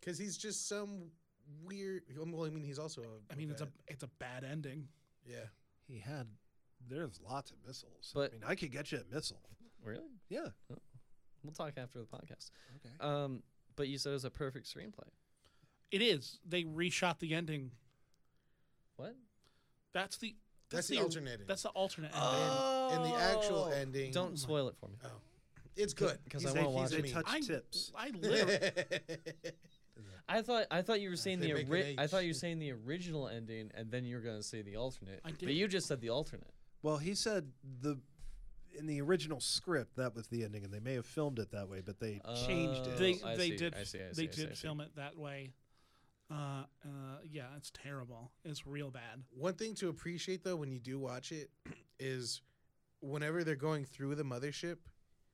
Speaker 3: Because he's just some weird. Well, I mean, he's also. A
Speaker 2: I mean, it's a
Speaker 3: vet.
Speaker 2: it's a bad ending.
Speaker 3: yeah.
Speaker 4: he had there's lots of missiles
Speaker 1: But-
Speaker 4: i mean i could get you a missile
Speaker 1: Really?
Speaker 4: yeah
Speaker 1: We'll talk after the podcast.
Speaker 4: okay
Speaker 1: Um, but you said it was a perfect screenplay.
Speaker 2: It is. They reshot the ending.
Speaker 1: What?
Speaker 2: That's the.
Speaker 3: That's the alternate ending.
Speaker 2: That's the alternate ending.
Speaker 1: Uh,
Speaker 3: And, and the actual
Speaker 1: Oh.
Speaker 3: ending.
Speaker 1: Don't spoil it for me.
Speaker 3: Oh. It's good
Speaker 1: because
Speaker 3: He's
Speaker 1: I
Speaker 3: a-
Speaker 1: wanna watch
Speaker 3: he's a
Speaker 1: it.
Speaker 3: mean-
Speaker 4: touch
Speaker 2: I
Speaker 4: tips
Speaker 2: I literally.
Speaker 1: I thought I thought you were saying
Speaker 3: They
Speaker 1: the
Speaker 3: make an
Speaker 1: ori- I
Speaker 3: H.
Speaker 1: thought you were saying the original ending, and then you were gonna say the alternate.
Speaker 2: I
Speaker 1: But
Speaker 2: did.
Speaker 1: you just said the alternate.
Speaker 4: Well, he said the in the original script that was the ending, and they may have filmed it that way, but they changed it.
Speaker 1: [LAUGHS] Oh,
Speaker 2: they
Speaker 1: I
Speaker 2: they
Speaker 1: see,
Speaker 2: did
Speaker 1: I see, I see,
Speaker 2: they
Speaker 1: I see, I
Speaker 2: did
Speaker 1: see.
Speaker 2: film it that way. Uh, uh, yeah, it's terrible. It's real bad.
Speaker 3: [LAUGHS] One thing to appreciate though when you do watch it is whenever they're going through the mothership.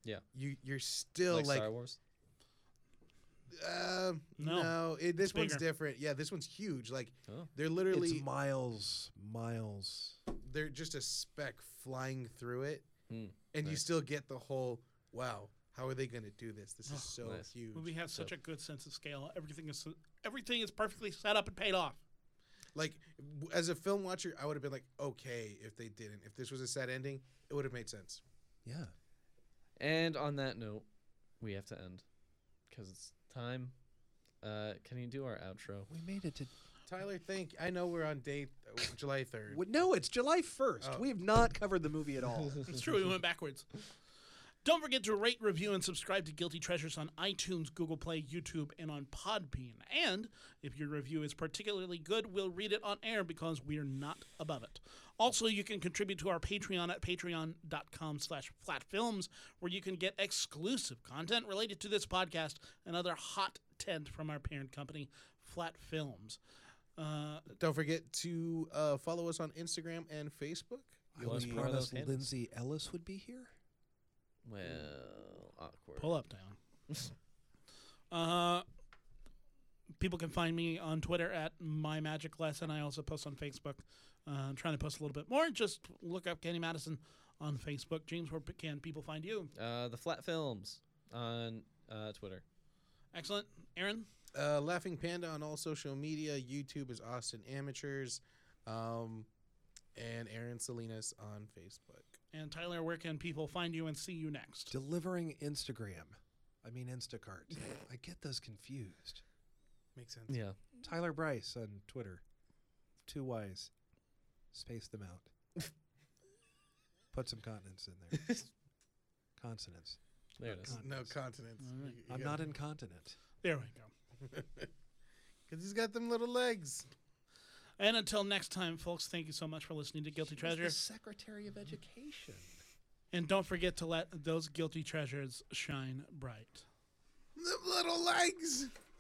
Speaker 1: Yeah.
Speaker 3: You you're still
Speaker 1: like
Speaker 3: like,
Speaker 1: Star Wars.
Speaker 3: um,
Speaker 2: No.
Speaker 3: no, it, this
Speaker 2: It's
Speaker 3: one's
Speaker 2: bigger.
Speaker 3: different. Yeah, this one's huge. Like
Speaker 1: Oh.
Speaker 3: they're literally
Speaker 4: it's miles, miles.
Speaker 3: they're just a speck flying through it,
Speaker 1: Hmm,
Speaker 3: and you
Speaker 1: nice.
Speaker 3: still get the whole wow. How are they going to do this? This
Speaker 2: Oh,
Speaker 3: is so
Speaker 1: nice.
Speaker 3: huge.
Speaker 2: Movie has such
Speaker 1: So-
Speaker 2: a good sense of scale. Everything is everything is perfectly set up and paid off.
Speaker 3: Like w- as a film watcher, I would have been like, okay, if they didn't, if this was a sad ending, it would have made sense.
Speaker 4: Yeah.
Speaker 1: And on that note, we have to end because it's time. Uh, can you do our outro?
Speaker 4: We made it to.
Speaker 3: Tyler, thank. I know we're on date July third.
Speaker 4: Wait, No, it's July 1st.
Speaker 3: Oh.
Speaker 4: We have not covered the movie at [LAUGHS] all.
Speaker 2: It's true. We went backwards. Don't forget to rate, review, and subscribe to Guilty Treasures on iTunes, Google Play, YouTube, and on Podbean. And if your review is particularly good, we'll read it on air because we're not above it. Also, you can contribute to our Patreon at patreon.com slash flatfilms, where you can get exclusive content related to this podcast and other hot tent from our parent company, Flat Films. Uh,
Speaker 3: Don't forget to uh, follow us on Instagram and Facebook.
Speaker 4: I
Speaker 1: Plus
Speaker 4: was
Speaker 1: one of those
Speaker 4: promised
Speaker 1: handles.
Speaker 4: Lindsay Ellis would be here.
Speaker 1: Well, awkward.
Speaker 2: Pull up down. [LAUGHS] uh, people can find me on Twitter at my magic lesson. I also post on Facebook. Uh, I'm trying to post a little bit more. Just look up Kenny Madison on Facebook. James, where p- can people find you?
Speaker 1: Uh, the Flat Films on uh, Twitter.
Speaker 2: Excellent, Aaron.
Speaker 3: Uh, Laughing Panda on all social media. YouTube is Austin Amateurs. Um, and Aaron Salinas on Facebook.
Speaker 2: And Tyler, where can people find you and see you next?
Speaker 4: Delivering Instagram. I mean Instacart. [LAUGHS] I get those confused.
Speaker 3: Makes sense.
Speaker 1: Yeah.
Speaker 4: Tyler Bryce on Twitter. Two Y's. Space them [LAUGHS] out. Put some continents in there.
Speaker 2: [LAUGHS]
Speaker 4: Consonants.
Speaker 1: There it is.
Speaker 3: No continents.
Speaker 2: All right.
Speaker 4: I'm not incontinent.
Speaker 2: There we go.
Speaker 3: Because he's got them little legs.
Speaker 2: And until next time, folks, thank you so much for listening to Guilty Treasure.
Speaker 4: The Secretary of Education.
Speaker 2: And don't forget to let those guilty treasures shine bright.
Speaker 3: Them little legs.
Speaker 4: Oh